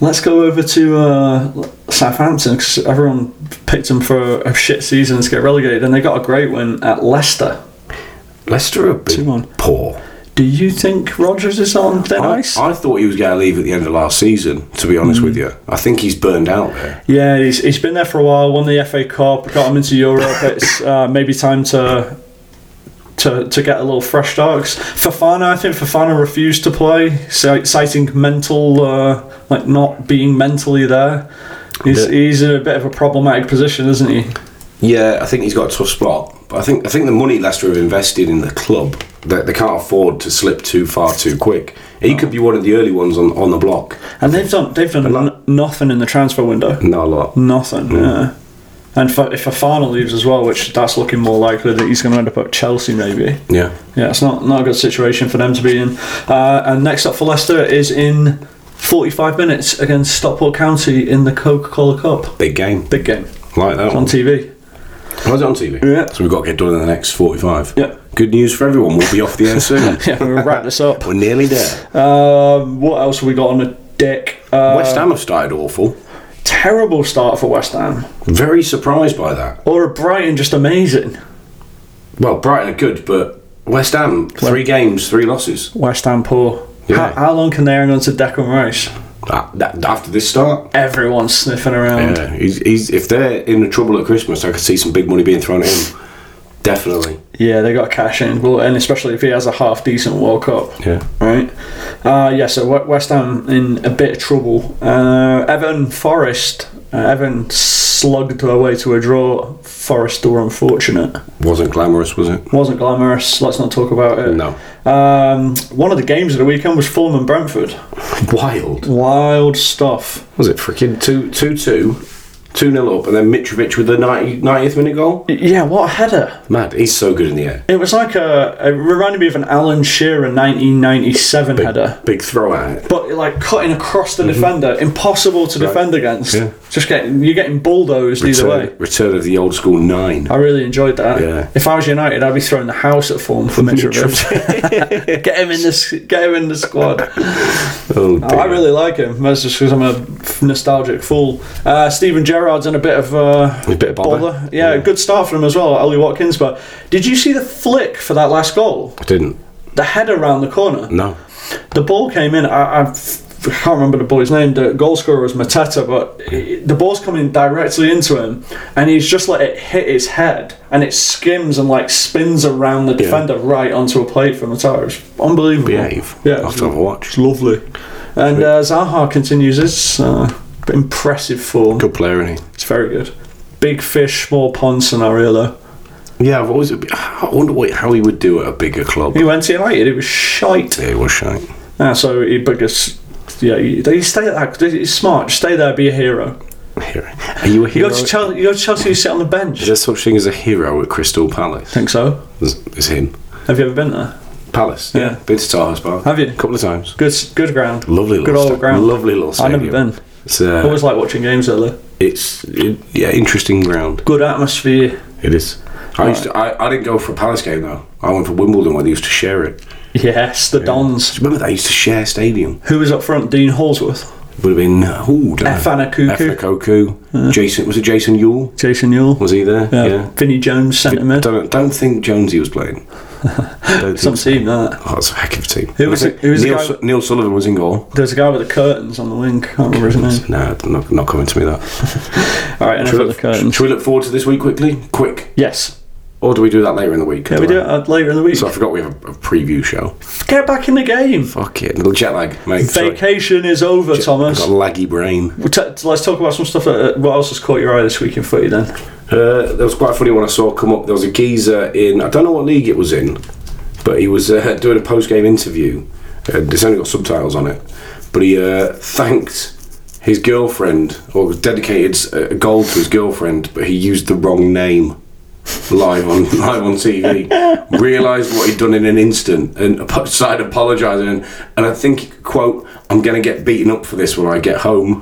B: Let's go over to uh, Southampton because everyone picked them for a shit season to get relegated, and they got a great win at Leicester.
A: Leicester have
B: Two
A: been
B: one.
A: poor.
B: Do you think Rodgers is on thin
A: I,
B: ice?
A: I thought he was going to leave at the end of last season. To be honest
B: Mm.
A: with you, I think he's burned out there.
B: yeah, he's, he's been there for a while. Won the FA Cup, got him into Europe. It's uh, maybe time to. To, to get a little fresh start. 'Cause Fafana, I think Fafana refused to play, ci- citing mental, uh, like not being mentally there. He's,
A: Yeah.
B: he's in a bit of a problematic position, isn't he?
A: Yeah, I think he's got a tough spot. But I think I think the money Leicester have invested in the club They, they can't afford to slip too far too quick. He could be one of the early ones on, on the block.
B: And they've done they've done n- nothing in the transfer window.
A: Not a
B: Mm.
A: lot.
B: Nothing. Yeah. And for, if Fafana leaves as well, which that's looking more likely that he's going to end up at Chelsea, maybe.
A: Yeah.
B: Yeah, it's not not a good situation for them to be in. Uh, and next up for Leicester is in 45 minutes against Stockport County in the Coca-Cola Cup.
A: Big game.
B: Big game
A: Like that
B: on
A: one.
B: TV.
A: Was it on TV?
B: Yeah.
A: So we've got to get done in the next 45.
B: Yeah.
A: Good news for everyone. We'll be off the air soon.
B: Yeah, we'll wrap this up.
A: We're nearly there.
B: Um, what else have we got on the deck? Uh,
A: West Ham have started awful.
B: terrible start for West Ham.
A: Very surprised by that.
B: Or Brighton just amazing.
A: Well, Brighton are good, but West Ham, three games, three losses.
B: West Ham poor.
A: Yeah.
B: How, how long can they hang on to Declan Rice?
A: Ah, that- after this start,
B: Everyone's sniffing around.
A: yeah, he's, he's, if they're in the trouble at Christmas, I could see some big money being thrown at him. Definitely.
B: Yeah, they got to cash in, well, and especially if he has a half decent World Cup.
A: Yeah.
B: Right. Uh, yeah. So We- West Ham in a bit of trouble. Uh, Evan Forest. Uh, Evan slugged their way to a draw. Forest were unfortunate.
A: Wasn't glamorous, was it?
B: Wasn't glamorous. Let's not talk about it.
A: No.
B: Um, one of the games of the weekend was Fulham and Brentford.
A: Wild.
B: Wild stuff.
A: Was it freaking 2 2 2, 2 0 up, and then Mitrovic with the 90, 90th minute goal?
B: Yeah, what a header!
A: Mad. He's so good in the air.
B: It was like a. It reminded me of an Alan Shearer 1997 header,
A: Big throw at it.
B: but like cutting across the defender, impossible to defend against.
A: Mm-hmm. Yeah.
B: Just getting you're getting bulldozed either
A: Return,
B: way.
A: return of the old school nine.
B: I really enjoyed that.
A: Yeah.
B: If I was United, I'd be throwing the house at form for Mitrovic. get him in this. Get him in the squad.
A: Oh,
B: I
A: dear.
B: really like him. That's just because I'm a f- nostalgic fool. Uh, Stephen Gerrard's in a bit of uh,
A: A bit of bother.
B: Yeah, good start for him as well, Ollie Watkins. But did you see the flick for that last goal?
A: I didn't.
B: The head around the corner.
A: No.
B: The ball came in. I, I f- can't remember the boy's name. The goal scorer was Mateta, but i- the ball's coming directly into him, and he's just let it hit his head, and it skims and like spins around the defender right onto a plate for Mateta. It was unbelievable.
A: Behave.
B: Yeah.
A: I'll have to have a watch.
B: Lovely. And uh, Zaha continues his uh, impressive form.
A: Good player, isn't
B: It's very good. Big fish, small pond scenario though.
A: he? Yeah, I've always. I wonder what, how he would do at a bigger club.
B: He went to United. It was shite.
A: Yeah, he was shite.
B: Ah, so he but just yeah. He, he stay at that. He's smart. Just stay there. Be a hero.
A: Hero. Are you a
B: You
A: hero?
B: go to Chelsea. You go to Chelsea. You sit on the bench.
A: Is there such thing as a hero at Crystal Palace?
B: think so.
A: It's, it's him.
B: Have you ever been there?
A: Palace.
B: Yeah.
A: Been to Tarhurst Park.
B: Have you?
A: A couple of times.
B: Good, s- good ground.
A: Lovely little
B: Good old
A: sta-
B: ground.
A: Lovely little
B: I've
A: stadium.
B: never been.
A: It's, uh,
B: I always like watching games there. though.
A: it's it, yeah, interesting ground.
B: Good atmosphere.
A: It is. I used to, I, I didn't go for a Palace game though. I went for Wimbledon when they used to share it.
B: Yes, the
A: Do
B: Dons.
A: you remember they used to share stadium?
B: Who was up front? Dean Holsworth,
A: Would have been uh, ooh, don't know.
B: Efanakuku.
A: Efanakuku. Jason was it Jason Yule?
B: Jason Newell.
A: Was he there?
B: Yeah. Vinnie Jones centre mid.
A: Don't don't think Jonesy was playing. Don't
B: Some
A: think so.
B: team that.
A: Oh, it's a heck of a team.
B: Who was
A: I
B: it-
A: think
B: who was the
A: Neil,
B: guy-
A: Su- Neil Sullivan was in goal.
B: There's a guy with the curtains on the wing. Can't remember his name.
A: Nah, not, not coming to me that.
B: All right, enough
A: Should we,
B: of the
A: look,
B: curtains.
A: should we look forward to this week quickly? Quick.
B: Yes.
A: Or do we do that later in the week?
B: Yeah, we do it uh, later in the week.
A: So I forgot we have a, a preview show.
B: Get back in the game.
A: Fuck it. Little jet lag, mate. Sorry.
B: Vacation is over,
A: I've
B: Thomas.
A: got a laggy brain.
B: We'll ta- let's talk about some stuff. That, uh, what else has caught your eye this week in footy then?
A: Uh, there was quite a funny one I saw come up. There was a geezer in I don't know what league it was in, but he was uh, doing a post game interview. Uh, it's only got subtitles on it, but he uh, thanked his girlfriend or dedicated uh, a goal to his girlfriend, but he used the wrong name live on live on TV. Realised what he'd done in an instant and apo- started apologising. And, and I think quote I'm going to get beaten up for this when I get home.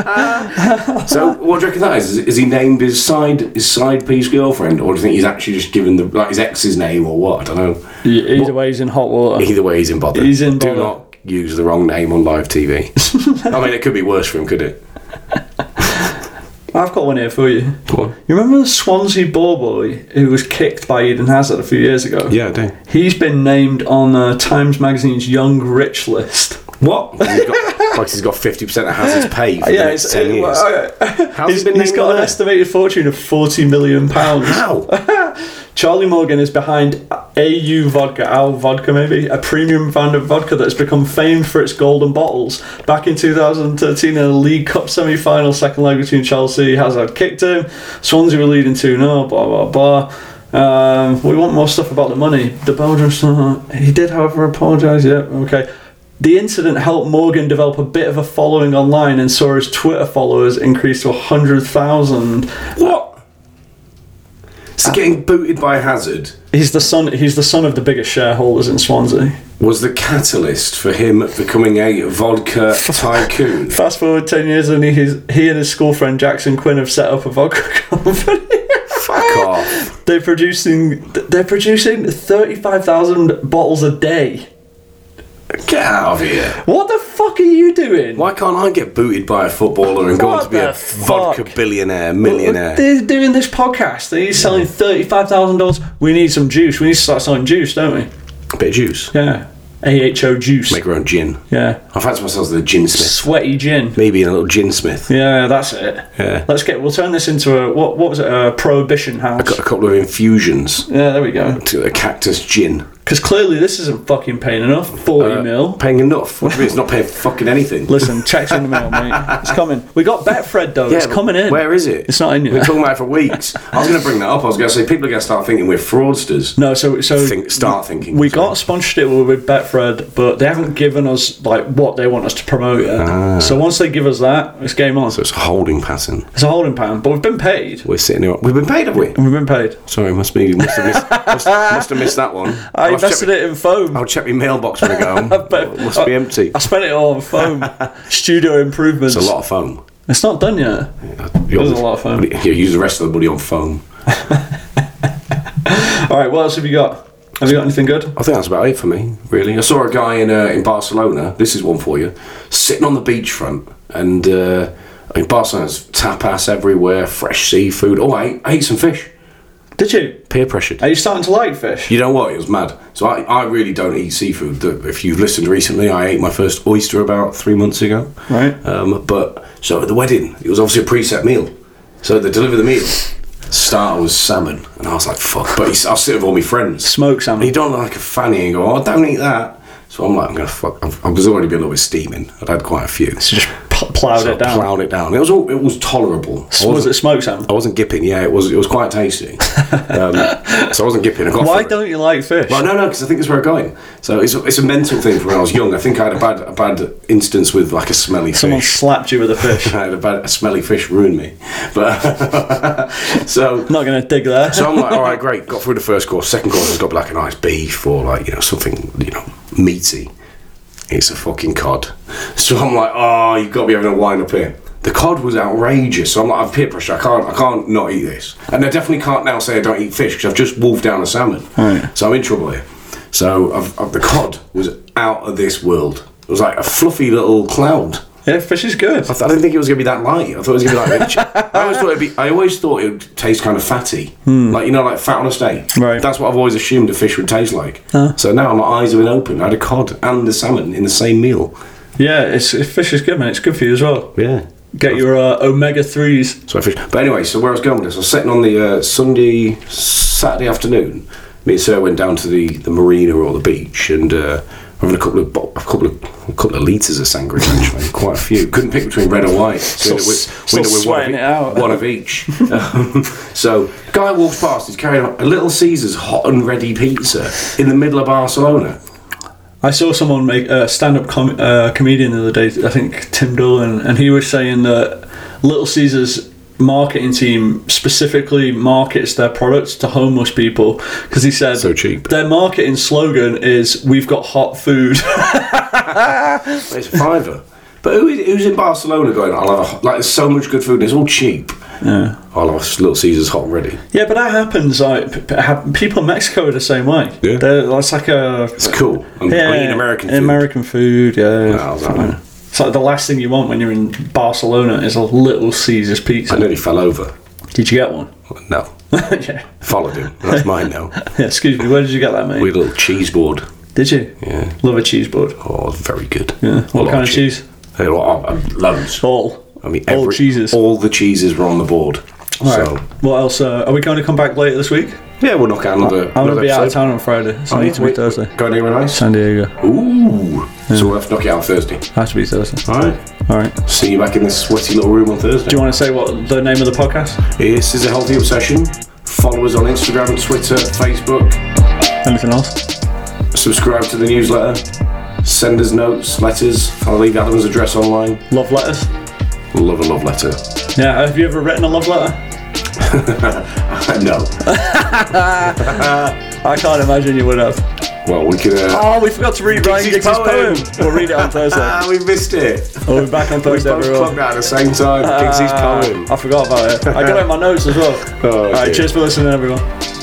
A: So what do you reckon that is? Is he named his side his side piece girlfriend, or do you think he's actually just given the like his ex's name or what? I don't know.
B: Either way, he's in hot water.
A: Either way, he's in bother.
B: He's in
A: Do
B: bother.
A: not use the wrong name on live TV. I mean, it could be worse for him, could it?
B: I've got one here for you.
A: Go on.
B: You remember the Swansea ball boy who was kicked by Eden Hazard a few years ago?
A: Yeah, I do.
B: He's been named on uh, Times Magazine's Young Rich list.
A: What? He's got, like he's got fifty percent of Hazard's pay for the
B: Yeah,
A: next
B: it's,
A: ten
B: it-
A: years.
B: well, okay.
A: How's
B: he's,
A: he been
B: he's
A: named
B: got an
A: there?
B: estimated fortune of forty million pounds.
A: How?
B: Charlie Morgan is behind AU Vodka, Al Vodka maybe, a premium brand of vodka that's become famed for its golden bottles. Back in 2013, in a League Cup semi-final second leg between Chelsea, Hazard kicked him. Swansea were leading 2-0, blah blah blah. Um, we want more stuff about the money. The Belgian stuff. He did, however, apologise. Yeah, okay. The incident helped Morgan develop a bit of a following online and saw his Twitter followers increase to 100,000.
A: What? So getting booted by Hazard
B: He's the son he's the son of the biggest shareholders in Swansea.
A: was the catalyst for him becoming a vodka tycoon.
B: Fast forward 10 years and he, he's, he and his school friend Jackson Quinn have set up a vodka company.
A: Fuck off.
B: They're producing they're producing 35,000 bottles a day.
A: Get out of here.
B: What the fuck are you doing?
A: Why can't I get booted by a footballer and go on
B: What
A: to be a
B: the
A: vodka
B: fuck?
A: billionaire, millionaire?
B: They're doing this podcast. They're selling thirty-five thousand dollars. We need some juice. We need to start selling juice, don't we?
A: Bit of juice.
B: Yeah. AHO juice.
A: Make your own gin.
B: yeah.
A: I fancy myself as the ginsmith.
B: Sweaty gin.
A: Maybe a little ginsmith.
B: Yeah, that's it.
A: Yeah.
B: Let's get. We'll turn this into a what? What was it? A prohibition house.
A: Got a couple of infusions.
B: yeah, there we go.
A: To a cactus gin. Uh,
B: Because clearly this isn't fucking paying enough. Forty mil.
A: Paying enough. What do you mean it's not paying fucking anything?
B: Listen, checks in the mail, mate. It's coming. We got Betfred though. it's
A: but
B: coming in.
A: Where is it?
B: It's not in
A: We're
B: yet.
A: talking about it for weeks. I was going to bring that up. I was going to say people are going to start thinking we're fraudsters.
B: No, so so
A: Think, start thinking.
B: We got sponsorship with Betfred, but they haven't given us like what they want us to promote yet.
A: Ah.
B: So once they give us that, it's game on.
A: So it's a holding pattern.
B: It's a holding pattern, but we've been paid.
A: We're sitting here. We've been paid, have we?
B: We've been paid.
A: Sorry, must be. Must have missed, must, must have missed that one. I'll
B: I invested
A: check,
B: it in foam.
A: I'll check my mailbox when I go home.
B: bet-
A: Oh, must be empty.
B: I spent it all on foam. Studio improvements.
A: It's a lot of foam.
B: It's not done yet.
A: You're,
B: is a lot of foam.
A: You use the rest of the money on foam.
B: All right, what else have you got? Have you got anything good?
A: I think that's about it for me, really. I saw a guy in uh, in Barcelona. This is one for you, sitting on the beachfront, and uh, I mean, Barcelona's tapas everywhere, fresh seafood. Oh, I ate, I ate some fish.
B: Did you?
A: Peer pressured.
B: Are you starting to like fish?
A: You know what? It was mad. So I, I really don't eat seafood. The- If you've listened recently, I ate my first oyster about three months ago.
B: Right.
A: Um, but so at the wedding, it was obviously a preset meal. So they deliver the meal. Starter was salmon, and I was like, "Fuck!" But he's, I was sitting with all my friends.
B: Smoke salmon.
A: And you don't like a fanny and go, oh, I don't eat that. So I'm like, I'm going to fuck. I I was already been a little bit steaming. I'd had quite a few. So
B: Just pl- plowed
A: I
B: it down.
A: plowed it down. It was all, it was tolerable. I
B: was
A: wasn't,
B: it smoke salmon?
A: I wasn't gipping. Yeah, it was it was quite tasty. um, so I wasn't gipping. I got
B: Why
A: through it.
B: don't you like fish?
A: Well, no, no, because I think it's where I'm going. So it's a, it's a mental thing from when I was young. I think I had a bad a bad instance with like a smelly
B: Someone
A: fish.
B: slapped you with a fish.
A: I had a bad a smelly fish ruined me. But so
B: not going to dig there.
A: so I'm like, all right, great. Got through the first course. Second course has got like a nice beef or like you know something you know meaty. It's a fucking cod. So I'm like, oh, you've got to be having a wine up here. The cod was outrageous. So I'm like, I've peer pressure. I can't, I can't not eat this. And I definitely can't now say I don't eat fish because I've just wolfed down a salmon.
B: Right.
A: So I'm in trouble here. So I've, I've, the cod was out of this world. It was like a fluffy little cloud.
B: yeah, fish is good.
A: I, th- I didn't think it was going to be that light. I thought it was going to be like. rich. I always thought it'd be. I always thought it would taste kind of fatty, like you know, like fat on a steak.
B: Right.
A: That's what I've always assumed a fish would taste like. So now my eyes have been opened. I had a cod and a salmon in the same meal.
B: Yeah, it's it- fish is good, man. It's good for you as well.
A: Yeah.
B: Get your uh, omega threes.
A: So I fish. But anyway, so where I was going with this, I was sitting on the uh, Sunday, Saturday afternoon. Me and Sarah went down to the, the marina or the beach and uh, having a couple of bo- a couple of a couple of liters of sangria actually, quite a few. Couldn't pick between red or white. So
B: Still s-
A: we ended up
B: still
A: with
B: sweating
A: one,
B: it out.
A: of e- one of each. Um, so guy walks past. He's carrying a Little Caesar's hot and ready pizza in the middle of Barcelona.
B: I saw someone make a stand-up com- uh, comedian the other day. I think Tim Dolan, and he was saying that Little Caesars marketing team specifically markets their products to homeless people because he said
A: So cheap.
B: Their marketing slogan is "We've got hot food."
A: It's a fiver. But who is, who's in Barcelona going? I'll have a hot, like. There's so much good food. and It's all cheap.
B: yeah.
A: I'll have a Little Caesar's hot and ready.
B: but that happens. Like p- p- hap- people in Mexico are the same way.
A: Yeah.
B: They're- that's like a
A: It's cool. I'm,
B: yeah,
A: I'm eating American food.
B: American food, yeah.
A: I was like, "No."
B: It's like the last thing you want when you're in Barcelona is a Little Caesars
A: I
B: pizza.
A: nearly fell over.
B: Did you get one?
A: No.
B: yeah.
A: Followed him. That's mine now.
B: Yeah, excuse me, where did you get that, mate?
A: We had a little cheese board.
B: did you?
A: Yeah.
B: Love a cheese board.
A: Oh, it's very good.
B: Yeah.
A: A
B: What
A: lot
B: kind of cheese?
A: Yeah, well, I- I- oh, uh, loads.
B: All.
A: I mean,
B: All
A: every,
B: cheeses.
A: All the cheeses were on the board.
B: All right.
A: So,
B: What else? Uh, are we going to come back later this week?
A: yeah, we'll knock out another.
B: I'm going
A: another
B: to be out of
A: episode.
B: town on Friday, so
A: Oh,
B: I need to
A: we-
B: be Thursday.
A: Going anywhere nice?
B: San Diego.
A: Ooh. So we'll have to knock it out on Thursday.
B: Has to be Thursday.
A: All right.
B: All right. Do
A: See you back in this sweaty little room on Thursday.
B: you want to say what the name of the podcast?
A: This is a healthy obsession Follow us on Instagram, Twitter, Facebook.
B: Anything else?
A: Subscribe to the newsletter. Send us notes, letters. I'll leave Adam's address online.
B: Love letters?
A: Love a love letter.
B: Yeah, have you ever written a love letter?
A: no.
B: I can't imagine you would have.
A: Well, we can. Uh,
B: Oh, we forgot to read Ryan
A: Dixie's
B: Giggs' poem.
A: poem.
B: We'll read it on Thursday.
A: ah, we missed it.
B: We'll be back on
A: We
B: Thursday,
A: both
B: everyone.
A: plugged that at the same time. Dixie's
B: Ah,
A: poem.
B: I forgot about it. I got it in my notes as well.
A: Oh,
B: Alright,
A: dear.
B: cheers for listening, everyone.